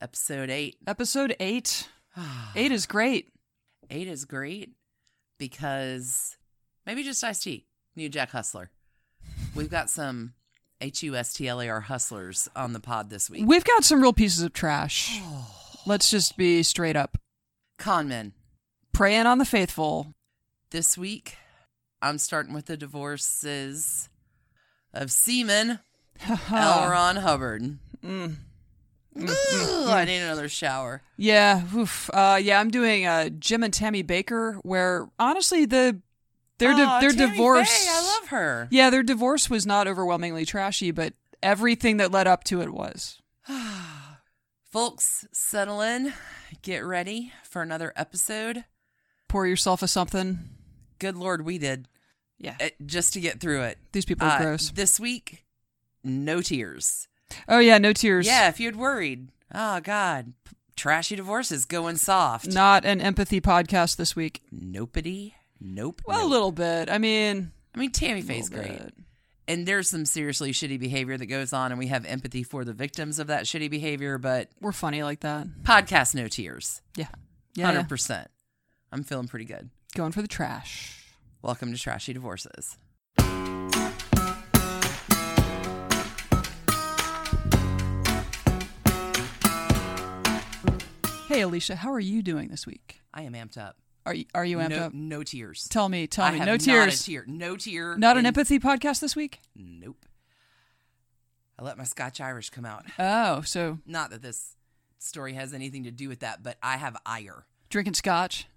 Episode eight. Episode eight. eight is great. Eight is great because maybe just Ice T, New Jack Hustler. We've got some H U S T L A R hustlers on the pod this week. We've got some real pieces of trash. Let's just be straight up. Conmen. Preying on the faithful. This week, I'm starting with the divorces of Seaman Ah. L. Ron Hubbard. Ugh, I need another shower. Yeah. Oof. Uh, yeah. I'm doing uh, Jim and Tammy Baker, where honestly the their di- Aw, their Tammy divorce. Faye, I love her. Yeah, their divorce was not overwhelmingly trashy, but everything that led up to it was. Folks, settle in. Get ready for another episode. Pour yourself a something. Good Lord, we did. Yeah. uh, just to get through it. These people are Uh, gross. This week, no tears. Oh yeah. No tears. Yeah, if you'd worried, oh God, p- trashy divorces going soft. Not an empathy podcast this week. Nopity, nope. Well, a nope. little bit. I mean, I mean, Tammy little Faye's great. bit. And there's some seriously shitty behavior that goes on, and we have empathy for the victims of that shitty behavior, but We're funny like that. podcast no tears. Yeah. Yeah. yeah. 100%. I'm feeling pretty good. Going for the trash. Welcome to Trashy Divorces. Hey, Alicia, how are you doing this week? I am amped up. Are you, are you amped no, up? No tears. Tell me, tell I me. have No not tears. a tear. No tear. Not an in empathy podcast this week? Nope. I let my Scotch Irish come out. Oh, so Not that this story has anything to do with that, but I have ire. drinking scotch.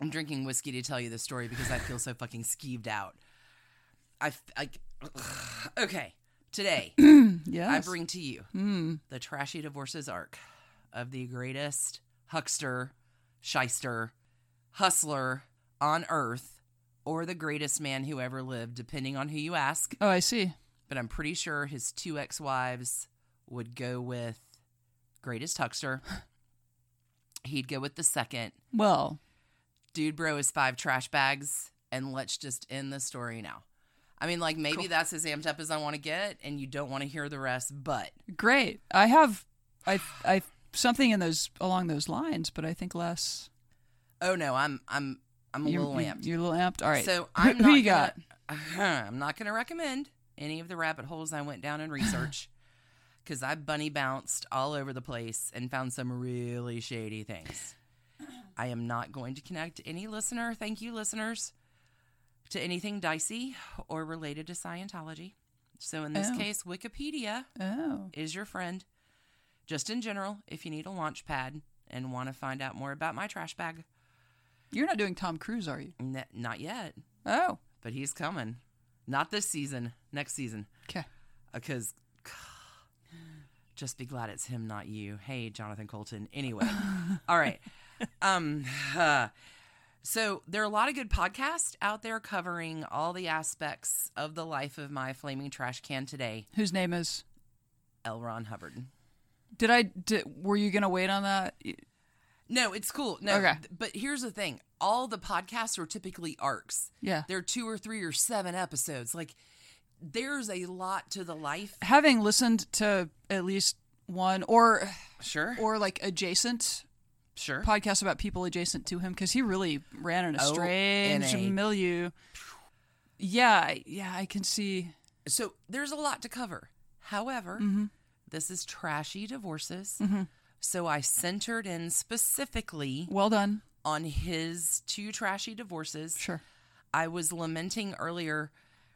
I'm drinking whiskey to tell you this story because I feel so fucking skeeved out. I, f- I- ugh. okay. Today, I Yes. bring to you the trashy divorces arc of the greatest huckster, shyster, hustler on earth, or the greatest man who ever lived, depending on who you ask. Oh, I see. but I'm pretty sure his two ex wives would go with greatest huckster. He'd go with the second. Well, Dude, bro is five trash bags, and let's just end the story now. I mean, like maybe that's as amped up as I want to get, and you don't want to hear the rest. But great. I have I I something in those along those lines, but I think less. oh no, I'm I'm I'm a you're, little you- amped. You're a little amped. All right. So Who- I'm who, not you gonna, got? I'm not going to recommend any of the rabbit holes I went down in research because I bunny bounced all over the place and found some really shady things. I am not going to connect any listener, thank you, listeners, to anything dicey or related to Scientology. So in this Oh. case, Wikipedia Oh. is your friend. Just in general, if you need a launch pad and want to find out more about my trash bag, You're not doing Tom Cruise, are you? n- not yet. Oh. but he's coming. Not this season, next season. Okay. Because just be glad it's him, not you. Hey, Jonathan Colton. Anyway, all right. Um, so there are a lot of good podcasts out there covering all the aspects of the life of my flaming trash can today. Whose name is L. Ron Hubbard. Did I did, were you going to wait on that? No, it's cool. No, Okay. but here's the thing: all the podcasts are typically arcs. Yeah. There are two or three or seven episodes. Like, there's a lot to the life. having listened to at least one or Sure, or like adjacent sure. podcasts about people adjacent to him because he really ran in a Oh, in strange a- milieu. Yeah, I- yeah, I can see. So there's a lot to cover. However, this is trashy divorces. So I centered in specifically Well done. on his two trashy divorces. Sure. I was lamenting earlier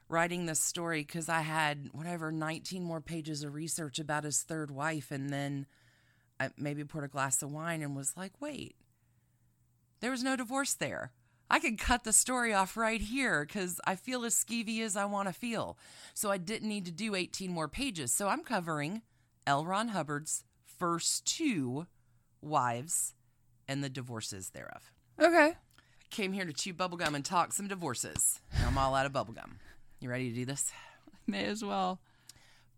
writing this story because I had whatever 19 more pages of research about his third wife, and then I maybe poured a glass of wine and was like, wait, there was no divorce there. I could cut the story off right here because I feel as skeevy as I want to feel. So I didn't need to do 18 more pages. So I'm covering L. Ron Hubbard's first two wives and the divorces thereof. Okay. Came here to chew bubblegum and talk some divorces. Now I'm all out of bubblegum. You ready to do this? May as well.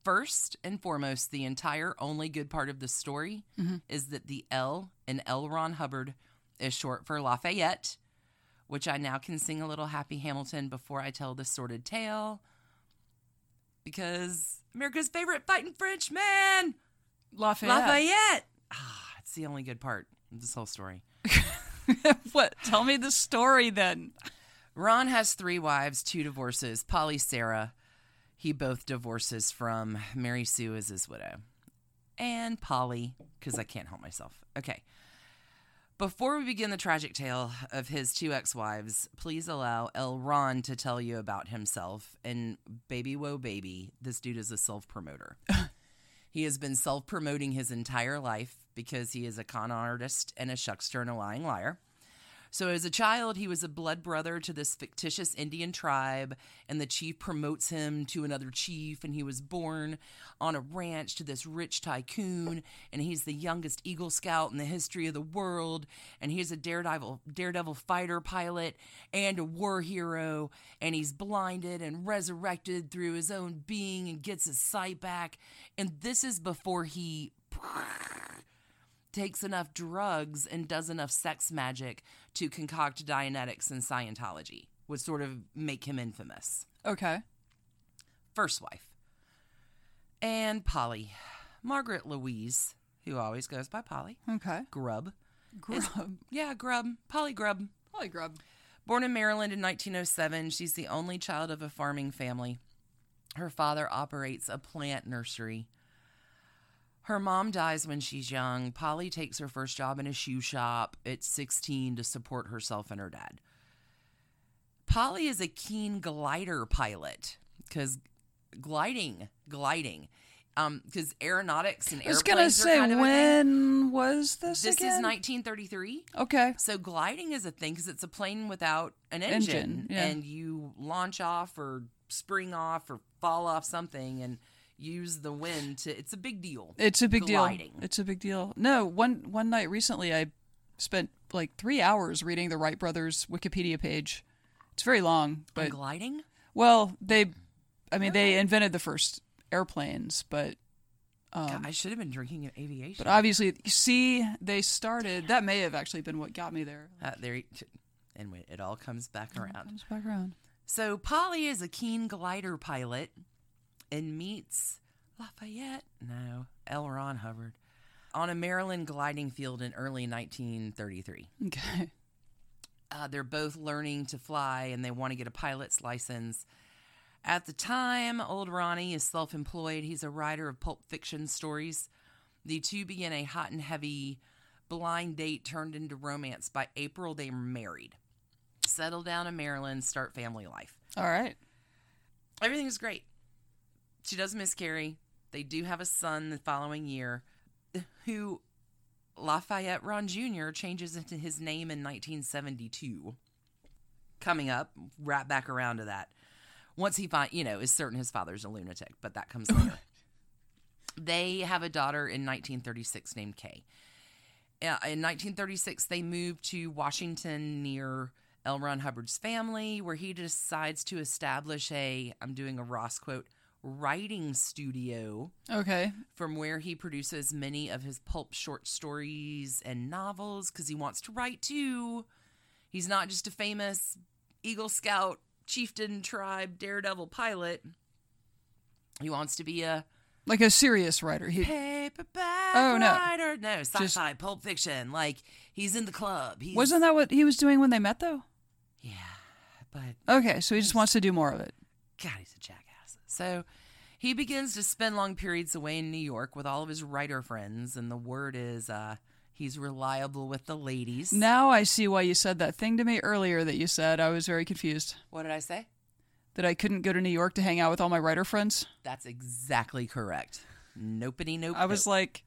First and foremost, the entire only good part of the story is that the L in L. Ron Hubbard is short for Lafayette, which I now can sing a little Happy Hamilton before I tell the sordid tale. Because America's favorite fighting Frenchman, Lafayette. Lafayette. Ah, it's the only good part of this whole story. what? Tell me the story then. Ron has three wives, two divorces. Polly Sarah, he both divorces from. Mary Sue is his widow. And Polly, because I can't help myself. Okay. Before we begin the tragic tale of his two ex wives, please allow El Ron to tell you about himself. And baby, whoa, baby, this dude is a self promoter. he has been self promoting his entire life because he is a con artist and a shuckster and a lying liar. So, as a child, he was a blood brother to this fictitious Indian tribe, and the chief promotes him to another chief. And he was born on a ranch to this rich tycoon, and he's the youngest Eagle Scout in the history of the world. And he's a daredevil, daredevil fighter pilot and a war hero. And he's blinded and resurrected through his own being and gets his sight back. And this is before he takes enough drugs and does enough sex magic to concoct Dianetics and Scientology would sort of make him infamous. Okay. First wife. And Polly. Margaret Louise, who always goes by Polly. Okay. Grub. Grub. Yeah, Grub. Polly Grub. Probably grub. Born in Maryland in 1907, she's the only child of a farming family. Her father operates a plant nursery. Her mom dies when she's young. Polly takes her first job in a shoe shop at 16 to support herself and her dad. Polly is a keen glider pilot because gliding, gliding, because aeronautics and I was airplanes gonna say are kind of a thing. when was this? This again? is 1933. Okay. So gliding is a thing because it's a plane without an engine, Engine, yeah. and you launch off or spring off or fall off something and use the wind to. It's a big deal. It's a big Gliding. deal. It's a big deal. No, one one night recently I spent like 3 hours reading the Wright brothers Wikipedia page. It's very long, And but gliding. well, they I mean they invented the first airplanes, but God, I should have been drinking in aviation. Um, but obviously you see they started that may have actually been what got me there. uh, there, you- and it all comes back around. Comes back around. So Polly is a keen glider pilot and meets Lafayette, no, L. Ron Hubbard, on a Maryland gliding field in early 1933. Okay. Uh, they're both learning to fly and they want to get a pilot's license. At the time, old Ronnie is self employed. He's a writer of pulp fiction stories. The two begin a hot and heavy blind date turned into romance. By April, they're married, settle down in Maryland, start family life. All right. Everything is great. She does miscarry. They do have a son the following year who Lafayette Ron Jr. changes into his name in 1972. Coming up, wrap back around to that. Once he find, you know, is certain his father's a lunatic, but that comes later. they have a daughter in 1936 named Kay. Uh, In 1936, they move to Washington near L. Ron Hubbard's family, where he decides to establish a, I'm doing a Ross quote, writing studio Okay. from where he produces many of his pulp short stories and novels because he wants to write too. He's not just a famous Eagle Scout, chieftain, tribe, daredevil pilot. He wants to be a Like a serious writer. He paperback Oh, no. writer. No, sci-fi, Just- pulp fiction. Like he's in the club. He's, wasn't that what he was doing when they met though? Yeah, but Okay, so he just wants to do more of it. God, he's a jackass. So he begins to spend long periods away in New York with all of his writer friends, and the word is uh, he's reliable with the ladies. Now I see why you said that thing to me earlier that you said. I was very confused What did I say? that I couldn't go to New York to hang out with all my writer friends. That's exactly correct. Nopity nope. I was like,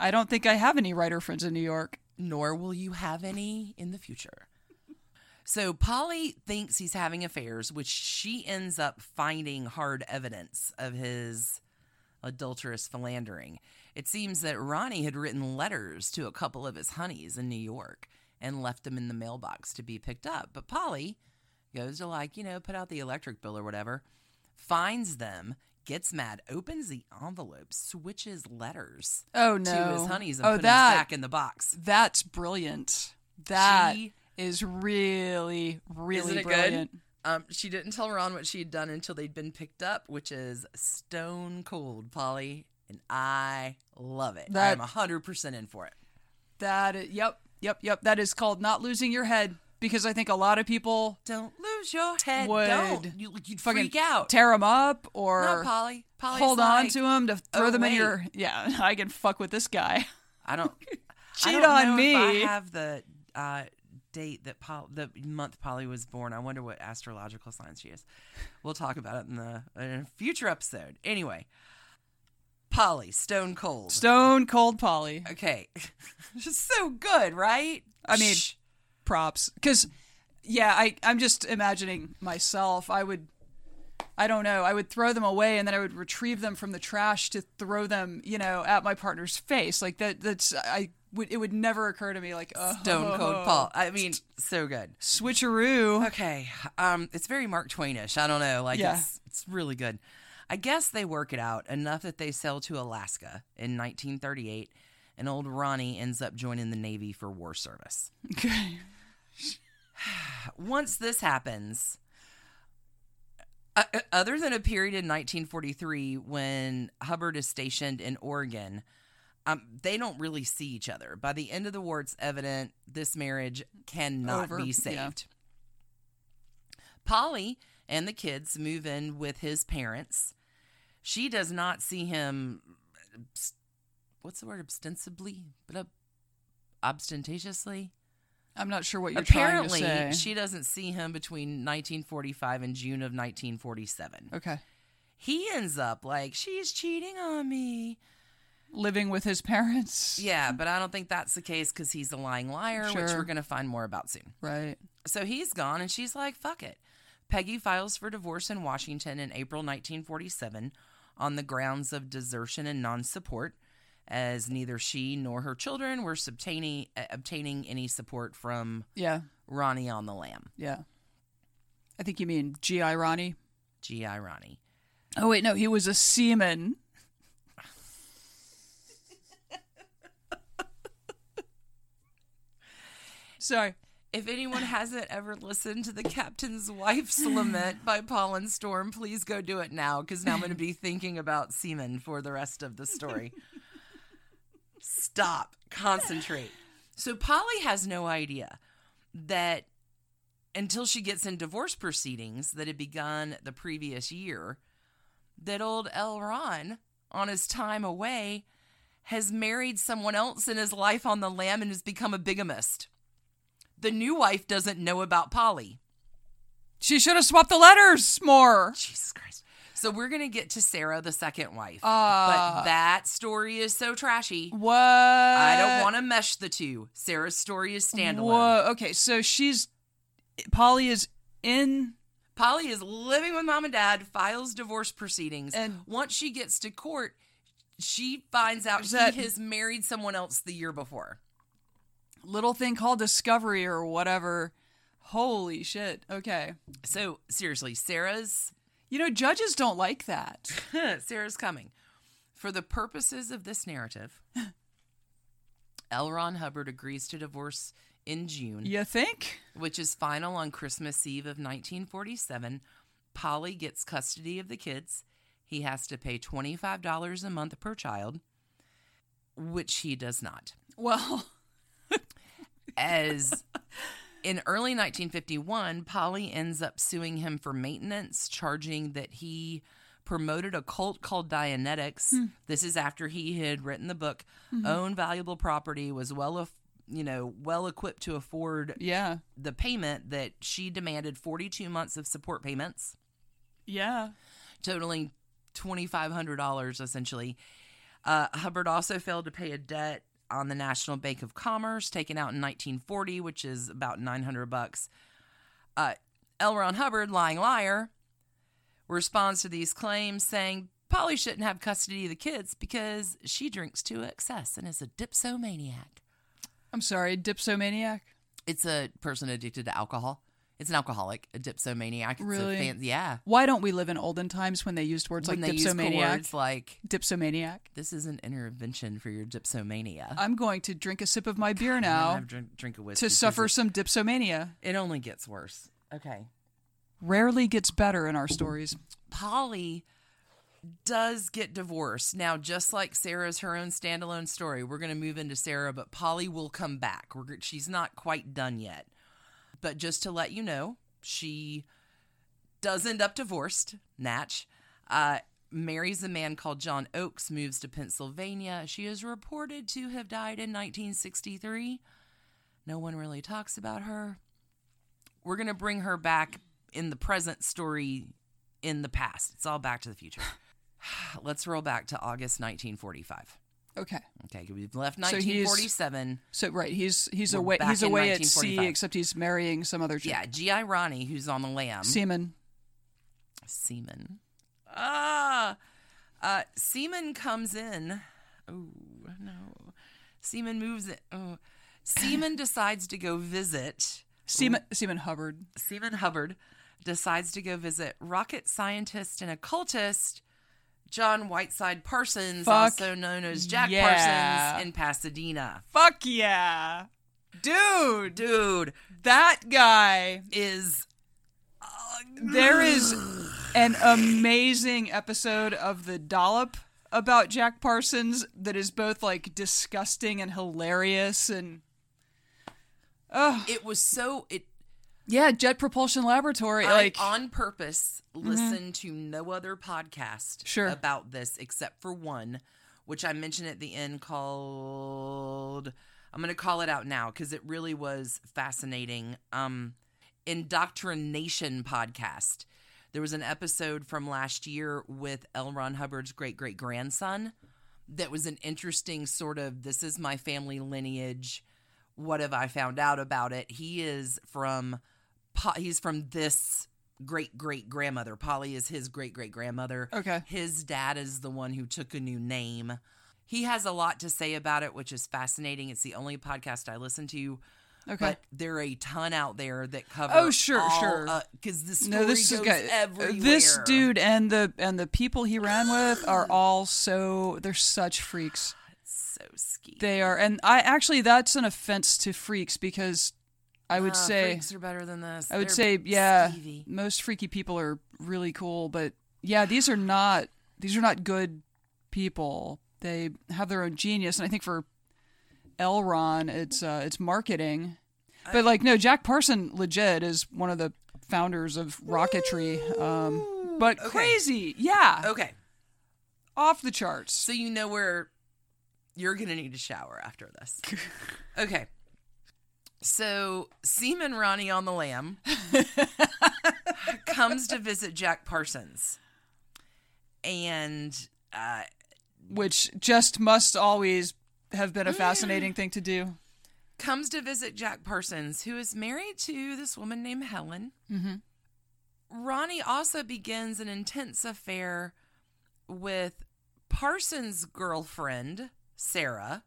I don't think I have any writer friends in New York. nor will you have any in the future. So Polly thinks he's having affairs, which she ends up finding hard evidence of his adulterous philandering. It seems that Ronnie had written letters to a couple of his honeys in New York and left them in the mailbox to be picked up. But Polly goes to, like, you know, put out the electric bill or whatever, finds them, gets mad, opens the envelope, switches letters Oh no. to his honeys and oh, puts that them back in the box. that's brilliant. That is She- really really Isn't it good? brilliant. Um, she didn't tell Ron what she had done until they'd been picked up, which is stone cold, Polly. And I love it. That- I'm 100% in for it. That is, yep, yep, yep. That is called not losing your head because I think a lot of people Don't lose your head. Would Don't. You, you'd fucking freak out. tear them up or no, Polly. Polly's hold on like, to them to throw "Oh, them in wait." your. Yeah, I can fuck with this guy. I don't. I Cheat don't on know me. If I have the uh, date that Pol- the month Polly was born. I wonder what astrological sign she is. We'll talk about it in the in a future episode. Anyway, Polly, stone cold. Stone cold Polly. okay, she's so good, right? I mean- Shh. Props, because yeah, I I'm just imagining myself. I would. I don't know. I would throw them away and then I would retrieve them from the trash to throw them, you know, at my partner's face. Like that that's I would it would never occur to me like oh, stone cold Paul. I mean, so good. switcheroo. Okay. Um, it's very Mark Twainish. I don't know. Like Yeah. it's it's really good. I guess they work it out enough that they sail to Alaska in 1938, and old Ronnie ends up joining the Navy for war service. Okay. Once this happens, uh, uh, other than a period in 1943 when Hubbard is stationed in Oregon, um, they don't really see each other. By the end of the war, it's evident this marriage cannot Over, be yeah. saved. Polly and the kids move in with his parents. She does not see him. obs- What's the word? Ostensibly, but ob- ostentatiously. I'm not sure what you're Apparently, trying to say. she doesn't see him between 1945 and June of 1947. okay. He ends up like she's cheating on me. Living with his parents. Yeah, but I don't think that's the case because he's a lying liar, which Sure. we're gonna find more about soon. Right. So he's gone, and she's like, fuck it. Peggy files for divorce in Washington in April 1947 on the grounds of desertion and non support, as neither she nor her children were subtaining, uh, obtaining any support from Yeah. Ronnie on the Lamb, Yeah. I think you mean G.I. Ronnie. G.I. Ronnie. Oh wait, no, he was a seaman. Sorry. If anyone hasn't ever listened to The Captain's Wife's Lament by Paul and Storm, please go do it now because now I'm going to be thinking about semen for the rest of the story. Stop. Concentrate. So Polly has no idea that until she gets in divorce proceedings that had begun the previous year, that old L. Ron, on his time away, has married someone else in his life on the lam and has become a bigamist the new wife doesn't know about Polly. She should have swapped the letters more. Jesus Christ. So we're going to get to Sarah, the second wife. but Uh, that story is so trashy. What? I don't want to mesh the two. Sarah's story is standalone. Whoa. Okay, so she's Polly is in Polly is living with mom and dad, files divorce proceedings. And- once she gets to court, she finds out That- he has married someone else the year before. little thing called Discovery or whatever. Holy shit. Okay. So seriously, Sarah's You know, judges don't like that. Sarah's coming. For the purposes of this narrative, L. Ron Hubbard agrees to divorce in June, You think? which is final on Christmas Eve of 1947. Polly gets custody of the kids. He has to pay $25 a month per child, which he does not. Well, As in early 1951, Polly ends up suing him for maintenance, charging that he promoted a cult called Dianetics. This is after he had written the book, owned valuable property, was well, af- you know, well equipped to afford yeah. the payment that she demanded 42 months of support payments, Yeah. totaling $2,500 essentially. Uh, Hubbard also failed to pay a debt on the National Bank of Commerce taken out in 1940, which is about 900 bucks. Uh, L. Ron Hubbard, lying liar, responds to these claims saying Polly shouldn't have custody of the kids because she drinks to excess and is a dipsomaniac. I'm sorry, dipsomaniac. It's a person addicted to alcohol. It's an alcoholic, a dipsomaniac. It's Really? A fan- yeah. Why don't we live in olden times when they used words when like they use cool dipsomaniac? words like dipsomaniac. this is an intervention for your dipsomania. I'm going to drink a sip of my beer I'm gonna now have drink, drink a whiskey to 'cause suffer It, some dipsomania. it only gets worse. Okay. Rarely gets better in our stories. Polly does get divorced. Now, just like Sarah's her own standalone story, we're going to move into Sarah, but Polly will come back. We're, g- she's not quite done yet. But just to let you know, she does end up divorced, Natch. Uh, marries a man called John Oakes, moves to Pennsylvania. She is reported to have died in 1963. No one really talks about her. We're going to bring her back in the present story in the past. It's all back to the future. Let's roll back to August 1945. Okay. Okay, we've left So he's- 1947. So right, he's he's We're away back he's in away at sea 1945. except he's marrying some other chick. yeah, um, G.I. Ronnie, who's on the lam. Seaman. Seaman. Ah, uh, Seaman comes in. Oh no, Seaman moves. It. Oh. Seaman decides to go visit. Seaman Seaman Hubbard. Seaman Hubbard decides to go visit rocket scientist and occultist John Whiteside Parsons, Fuck also known as Jack yeah. Parsons, in Pasadena. Fuck yeah. Dude, Dude that guy. is There is an amazing episode of The Dollop about Jack Parsons that is both like disgusting and hilarious and oh, it was so it Yeah, Jet Propulsion Laboratory. like mm-hmm. I on purpose listened to no other podcast Sure. about this except for one, which I mentioned at the end called I'm gonna call it out now because it really was fascinating. Um Indoctrination podcast. There was an episode from last year with L. Ron Hubbard's great great grandson that was an interesting sort of this is my family lineage. What have I found out about it? He is from Po- he's from this great great grandmother. Polly is his great great grandmother. Okay. His dad is the one who took a new name. He has a lot to say about it, which is fascinating. It's the only podcast I listen to. Okay. But there are a ton out there that cover. Oh, sure, all, sure. Because this story no, this goes is good. everywhere. This dude and the and the people he ran with are all so they're such freaks. so ski. They are, and I actually that's an offense to freaks because I would Ah, say freaks are better than this. I would They're say yeah, skeevy. most freaky people are really cool, but yeah, these are not these are not good people. They have their own genius, and I think for Elron, it's uh, it's marketing. But like no, Jack Parson legit is one of the founders of rocketry. Um, but Okay. crazy, yeah, Okay, off the charts. so you know where you're gonna need a shower after this. okay. So Seaman Ronnie on the Lamb comes to visit Jack Parsons, and uh, Which just must always have Mm. been a fascinating thing to do. comes to visit Jack Parsons, who is married to this woman named Helen. Mm-hmm. Ronnie also begins an intense affair with Parsons' girlfriend Sarah,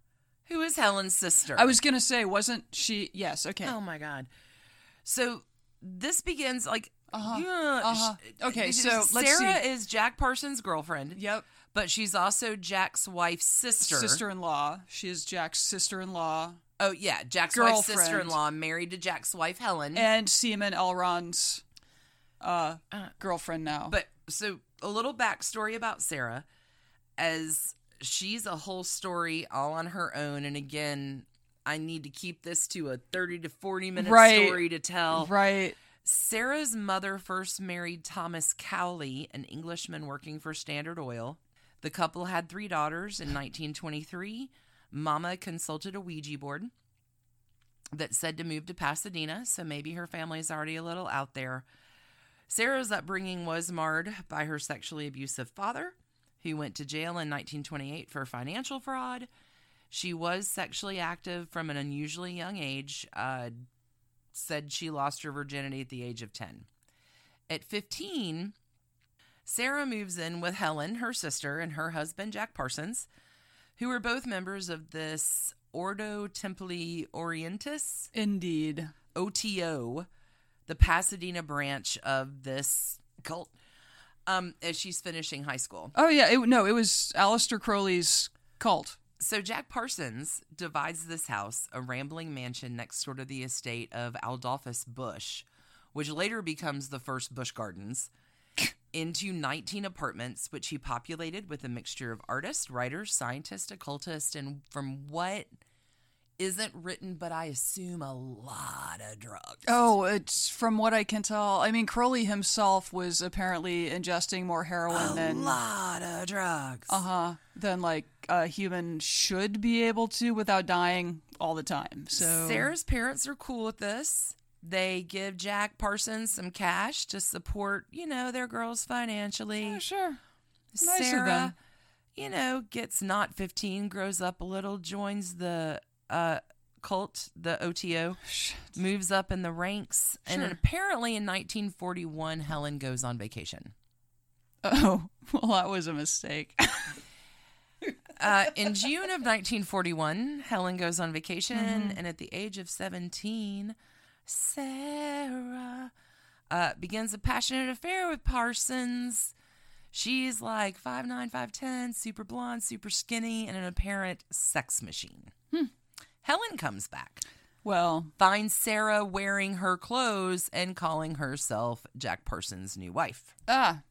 who is Helen's sister. I was gonna say, wasn't she? Yes, okay. Oh my god. So this begins like Uh-huh. yeah, sh- Uh-huh. Okay, so Sarah let's see. is Jack Parsons' girlfriend, Yep. but she's also Jack's wife's sister. in law. She is Jack's sister in law. Oh yeah, Jack's wife's Girlfriend. sister-in-law married to Jack's wife Helen. And Seaman Elrond's uh, girlfriend now. But so a little backstory about Sarah, as she's a whole story all on her own. And again, I need to keep this to a thirty to forty minute Right. story to tell. right. Sarah's mother first married Thomas Cowley, an Englishman working for Standard Oil. The couple had three daughters in 1923. Mama consulted a Ouija board that said to move to Pasadena, so maybe her family's already a little out there. Sarah's upbringing was marred by her sexually abusive father, who went to jail in 1928 for financial fraud. She was sexually active from an unusually young age, uh, said she lost her virginity at the age of 10. At 15, Sarah moves in with Helen, her sister, and her husband, Jack Parsons, who are both members of this Ordo Templi Orientis, Indeed. OTO, the Pasadena branch of this cult, um, as she's finishing high school. Oh yeah, it, no, it was Aleister Crowley's cult. So Jack Parsons divides this house, a rambling mansion next door to the estate of Adolphus Bush, which later becomes the first Bush Gardens, into 19 apartments, which he populated with a mixture of artists, writers, scientists, occultists, and from what isn't written, but I assume a lot of drugs. Oh, it's from what I can tell. I mean, Crowley himself was apparently ingesting more heroin a than lot of drugs. uh huh than like a human should be able to without dying all the time. So Sarah's parents are cool with this. They give Jack Parsons some cash to support, you know, their girls financially. Yeah, sure. Nice of Sarah, them. you know, gets not 15, grows up a little, joins the uh, cult, the OTO, moves up in the ranks. And then Sure. apparently in 1941, Helen goes on vacation. Oh, well, that was a mistake. Uh, in June of 1941, Helen goes on vacation, and at the age of 17, Sarah uh, begins a passionate affair with Parsons. She's like 5'9, 5'10, super blonde, super skinny, and an apparent sex machine. Helen comes back, well, finds Sarah wearing her clothes and calling herself Jack Parsons' new wife. ah,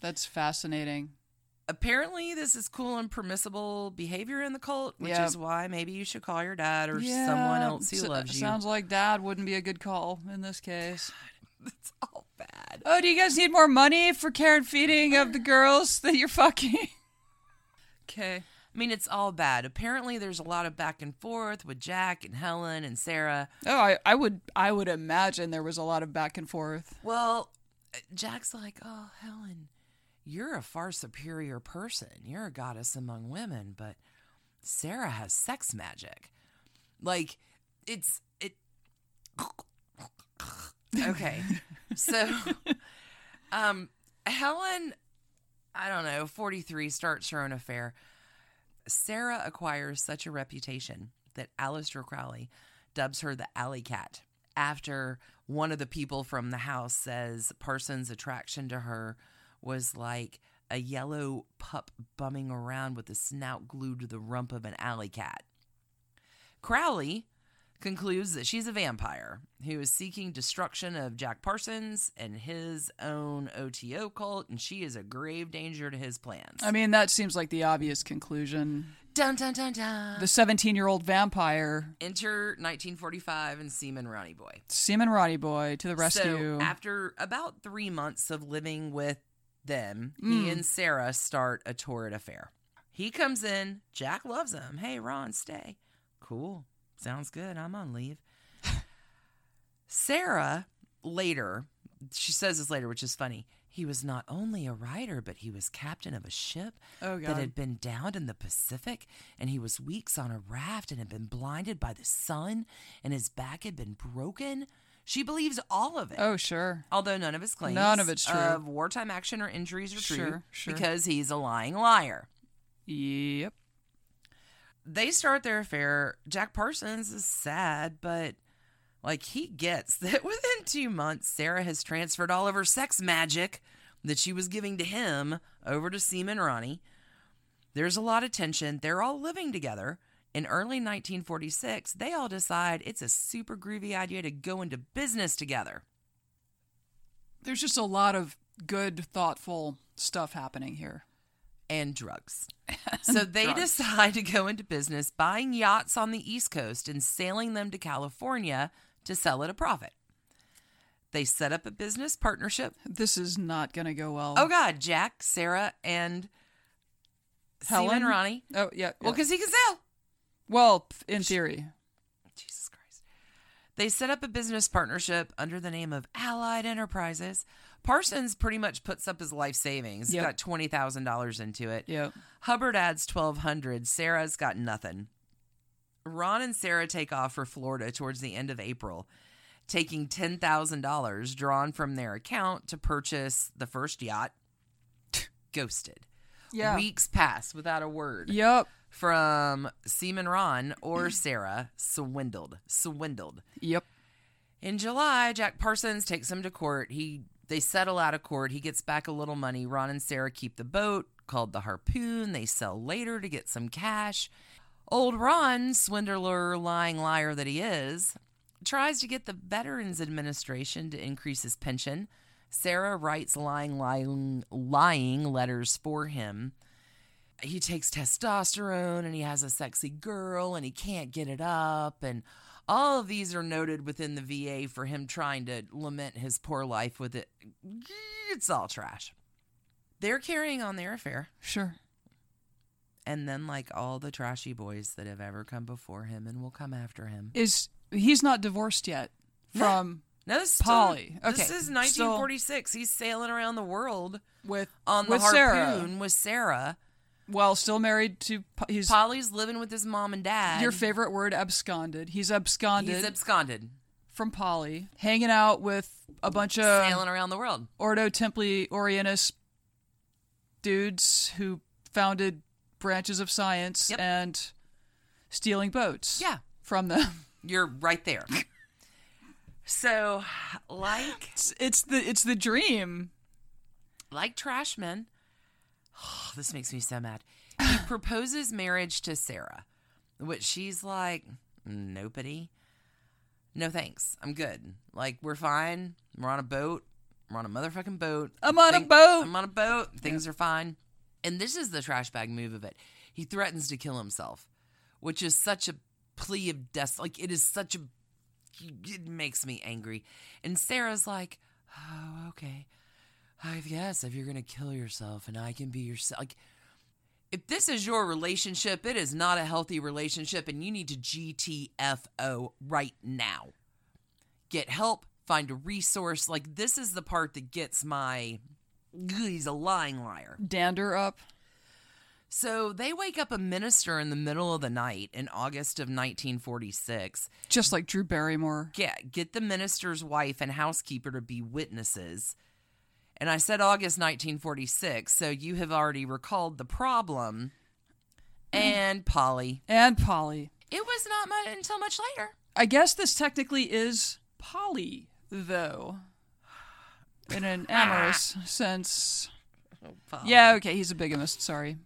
that's fascinating. apparently this is cool and permissible behavior in the cult, which Yeah. is why maybe you should call your dad or someone else who so- loves you. Sounds like dad wouldn't be a good call in this case. it's all bad. Oh, do you guys need more money for care and feeding of the girls that you're fucking? Okay. I mean, it's all bad. Apparently, there's a lot of back and forth with Jack and Helen and Sarah. Oh, I, I would I would imagine there was a lot of back and forth. Well, Jack's like, "Oh, Helen, you're a far superior person. You're a goddess among women, but Sarah has sex magic. Like, it's it." Okay, so, um, Helen, I don't know, forty three starts her own affair. Sarah acquires such a reputation that Aleister Crowley dubs her the Alley Cat after one of the people from the house says Parsons' attraction to her was like a yellow pup bumming around with a snout glued to the rump of an alley cat. Crowley concludes that she's a vampire who is seeking destruction of Jack Parsons and his own OTO cult, and she is a grave danger to his plans. I mean, that seems like the obvious conclusion. dun dun dun dun. The 17 year old vampire, Enter 1945 and Seaman Ronnie Boy. Seaman Roddy Boy, to the rescue. So after about three months of living with them, Mm. he and Sarah start a torrid affair. He comes in. Jack loves him. Hey, Ron, stay. Cool. Sounds good. I'm on leave. Sarah later, she says this later, which is funny. He was not only a writer, but he was captain of a ship Oh, that God. had been downed in the Pacific, and he was weeks on a raft and had been blinded by the sun, and his back had been broken. She believes all of it. oh, sure. Although none of his claims None of it's true. of wartime action or injuries are true Sure, sure. because he's a lying liar. Yep. They start their affair. Jack Parsons is sad, but like he gets that within two months, Sarah has transferred all of her sex magic that she was giving to him over to Seaman Ronnie. There's a lot of tension. They're all living together. In early 1946, they all decide it's a super groovy idea to go into business together. There's just a lot of good, thoughtful stuff happening here. and drugs. so they drugs. decide to go into business buying yachts on the East Coast and sailing them to California to sell at a profit. They set up a business partnership. This is not going to go well. Oh, God, Jack, Sarah, and Helen Helen? and Ronnie. Oh, yeah. Well, yeah. because he can sell. Well, in theory. Jesus Christ. They set up a business partnership under the name of Allied Enterprises. Parsons pretty much puts up his life savings. Yep. He's got $20,000 into it. Yep. Hubbard adds 1200. Sarah's got nothing. Ron and Sarah take off for Florida towards the end of April, taking $10,000 drawn from their account to purchase the first yacht, ghosted. Yeah. Weeks pass without a word Yep. from Seaman Ron or Sarah. swindled. Swindled. Yep. In July, Jack Parsons takes him to court. He they settle out of court. He gets back a little money. Ron and Sarah keep the boat called the Harpoon. They sell later to get some cash. Old Ron, swindler, lying liar that he is, tries to get the Veterans Administration to increase his pension. Sarah writes lying, lying, lying letters for him. He takes testosterone and he has a sexy girl and he can't get it up. And all of these are noted within the VA for him trying to lament his poor life with it. It's all trash. They're carrying on their affair Sure. and then like all the trashy boys that have ever come before him and will come after him. Is he's not divorced yet from Now this is Polly. still- this Okay, is still- 1946. He's sailing around the world with on the with harpoon Sarah, with Sarah. while still married to Po- his Polly's living with his mom and dad. your favorite word absconded. He's absconded He's absconded, from Polly, hanging out with a bunch of sailing around the world. Ordo Templi Orientis dudes who founded branches of science Yep. and stealing boats. Yeah. From them. You're right there. so, like It's, it's the it's the dream. like trash men. Oh, this makes me so mad. He proposes marriage to Sarah, which she's like, nobody. No thanks. I'm good. Like, we're fine. We're on a boat. We're on a motherfucking boat. I'm on a Thing- boat. I'm on a boat. Things are fine. And this is the trash bag move of it. He threatens to kill himself, which is such a plea of death. Like, it is such a. It makes me angry. And Sarah's like, oh, okay. I guess if you're gonna kill yourself and I can be yourself, like if this is your relationship, it is not a healthy relationship, and you need to GTFO right now. Get help, find a resource. Like this is the part that gets my. He's a lying liar. Dander up. So they wake up a minister in the middle of the night in August of 1946 Just like Drew Barrymore. get get the minister's wife and housekeeper to be witnesses. And I said August 1946, so you have already recalled the problem. And Polly. And Polly. Mm. It was not mu until much later. I guess this technically is Polly, though. In an amorous sense. Yeah, okay, he's a bigamist, sorry.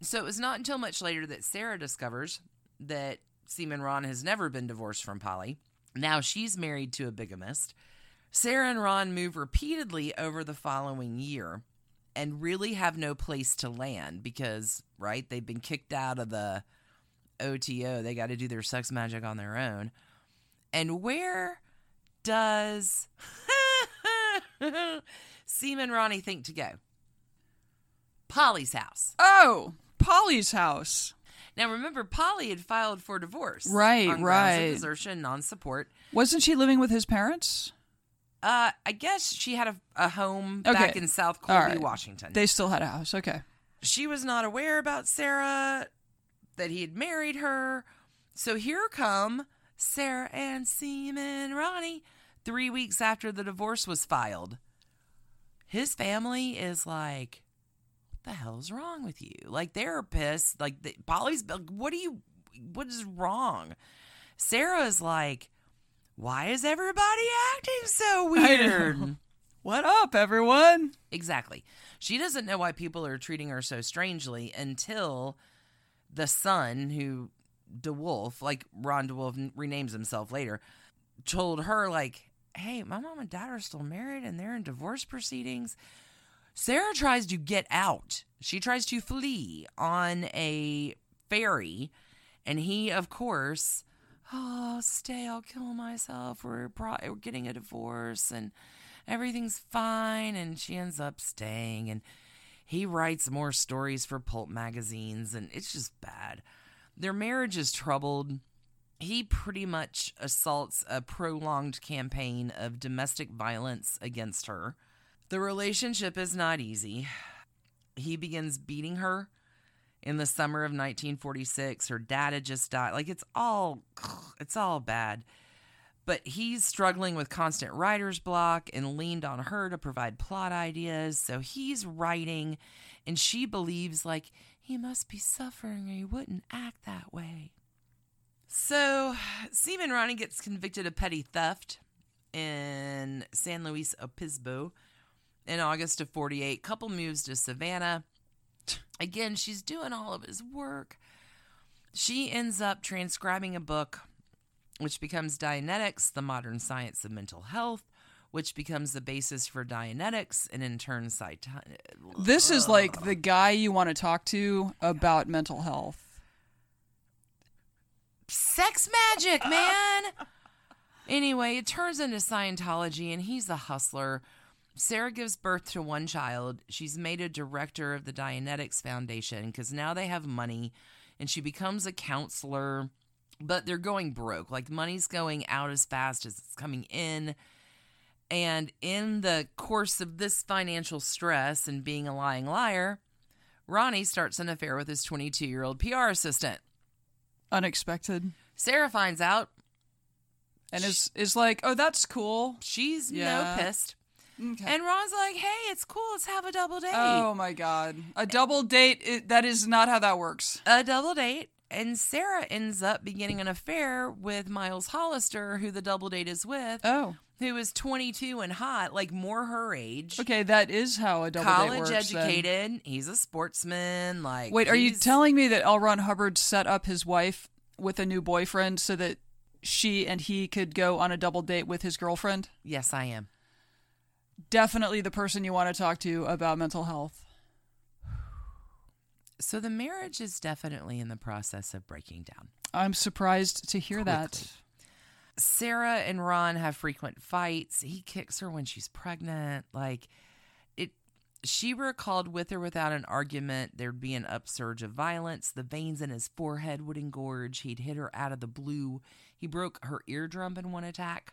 So it was not until much later that Sarah discovers that Seaman Ron has never been divorced from Polly. Now she's married to a bigamist. Sarah and Ron move repeatedly over the following year and really have no place to land because, right, they've been kicked out of the OTO. They got to do their sex magic on their own. And where does Seaman Ronnie think to go? Polly's house. Oh, Polly's house. Now remember, Polly had filed for divorce, Right, on grounds of right. desertion, non-support. Wasn't she living with his parents? Uh, I guess she had a, a home Okay. back in South All Colby, right. Washington. They still had a house. Okay. she was not aware about Sarah that he had married her. So here come Sarah and Seaman Ronnie. Three weeks after the divorce was filed, his family is like, "What the hell's wrong with you?" Like they're pissed. Like they, Polly's, like, "What do you? What is wrong?" Sarah's like, "Why is everybody acting so I weird?" know. What up, everyone? Exactly. She doesn't know why people are treating her so strangely until the son, who DeWolf, like Ron DeWolf n- renames himself later, told her, like, hey, my mom and dad are still married and they're in divorce proceedings. Sarah tries to get out. She tries to flee on a ferry. And he, of course, oh, stay, I'll kill myself. We're, pro- we're getting a divorce and everything's fine. And she ends up staying. And he writes more stories for pulp magazines. And it's just bad. Their marriage is troubled. He pretty much assaults a prolonged campaign of domestic violence against her. The relationship is not easy. He begins beating her in the summer of 1946. Her dad had just died. Like it's all, it's all bad. But he's struggling with constant writer's block and leaned on her to provide plot ideas. So he's writing, and she believes, like, he must be suffering or he wouldn't act that way. So Seaman Ronnie gets convicted of petty theft in San Luis Obispo in August of 48. Couple moves to Savannah. Again, she's doing all of his work. She ends up transcribing a book, which becomes Dianetics, the modern science of mental health, which becomes the basis for Dianetics and in turn, Psy- This is like the guy you want to talk to about mental health. sex magic, man. anyway, it turns into Scientology, and he's a hustler. Sarah gives birth to one child. She's made a director of the Dianetics Foundation because now they have money, and she becomes a counselor. But they're going broke. Like money's going out as fast as it's coming in. And in the course of this financial stress and being a lying liar, Ronnie starts an affair with his 22 year old PR assistant. Unexpected. Sarah finds out And is is like, "Oh, that's cool." She's Yeah. no pissed. Okay. And Ron's like, hey, it's cool. Let's have a double date. Oh my god. A double date it, that is not how that works. A double date. And Sarah ends up beginning an affair with Miles Hollister, who the double date is with, Oh. who is 22 and hot, like more her age. Okay, that is how a double date College works. then. educated. He's a sportsman. Like, Wait, are you he's- telling me that L. Ron Hubbard set up his wife with a new boyfriend so that she and he could go on a double date with his girlfriend? Yes, I am. Definitely the person you want to talk to about mental health. So the marriage is definitely in the process of breaking down. I'm surprised to hear that. Quickly. Sarah and Ron have frequent fights. He kicks her when she's pregnant. Like it she recalled with or without an argument, there'd be an upsurge of violence. The veins in his forehead would engorge. He'd hit her out of the blue. He broke her eardrum in one attack.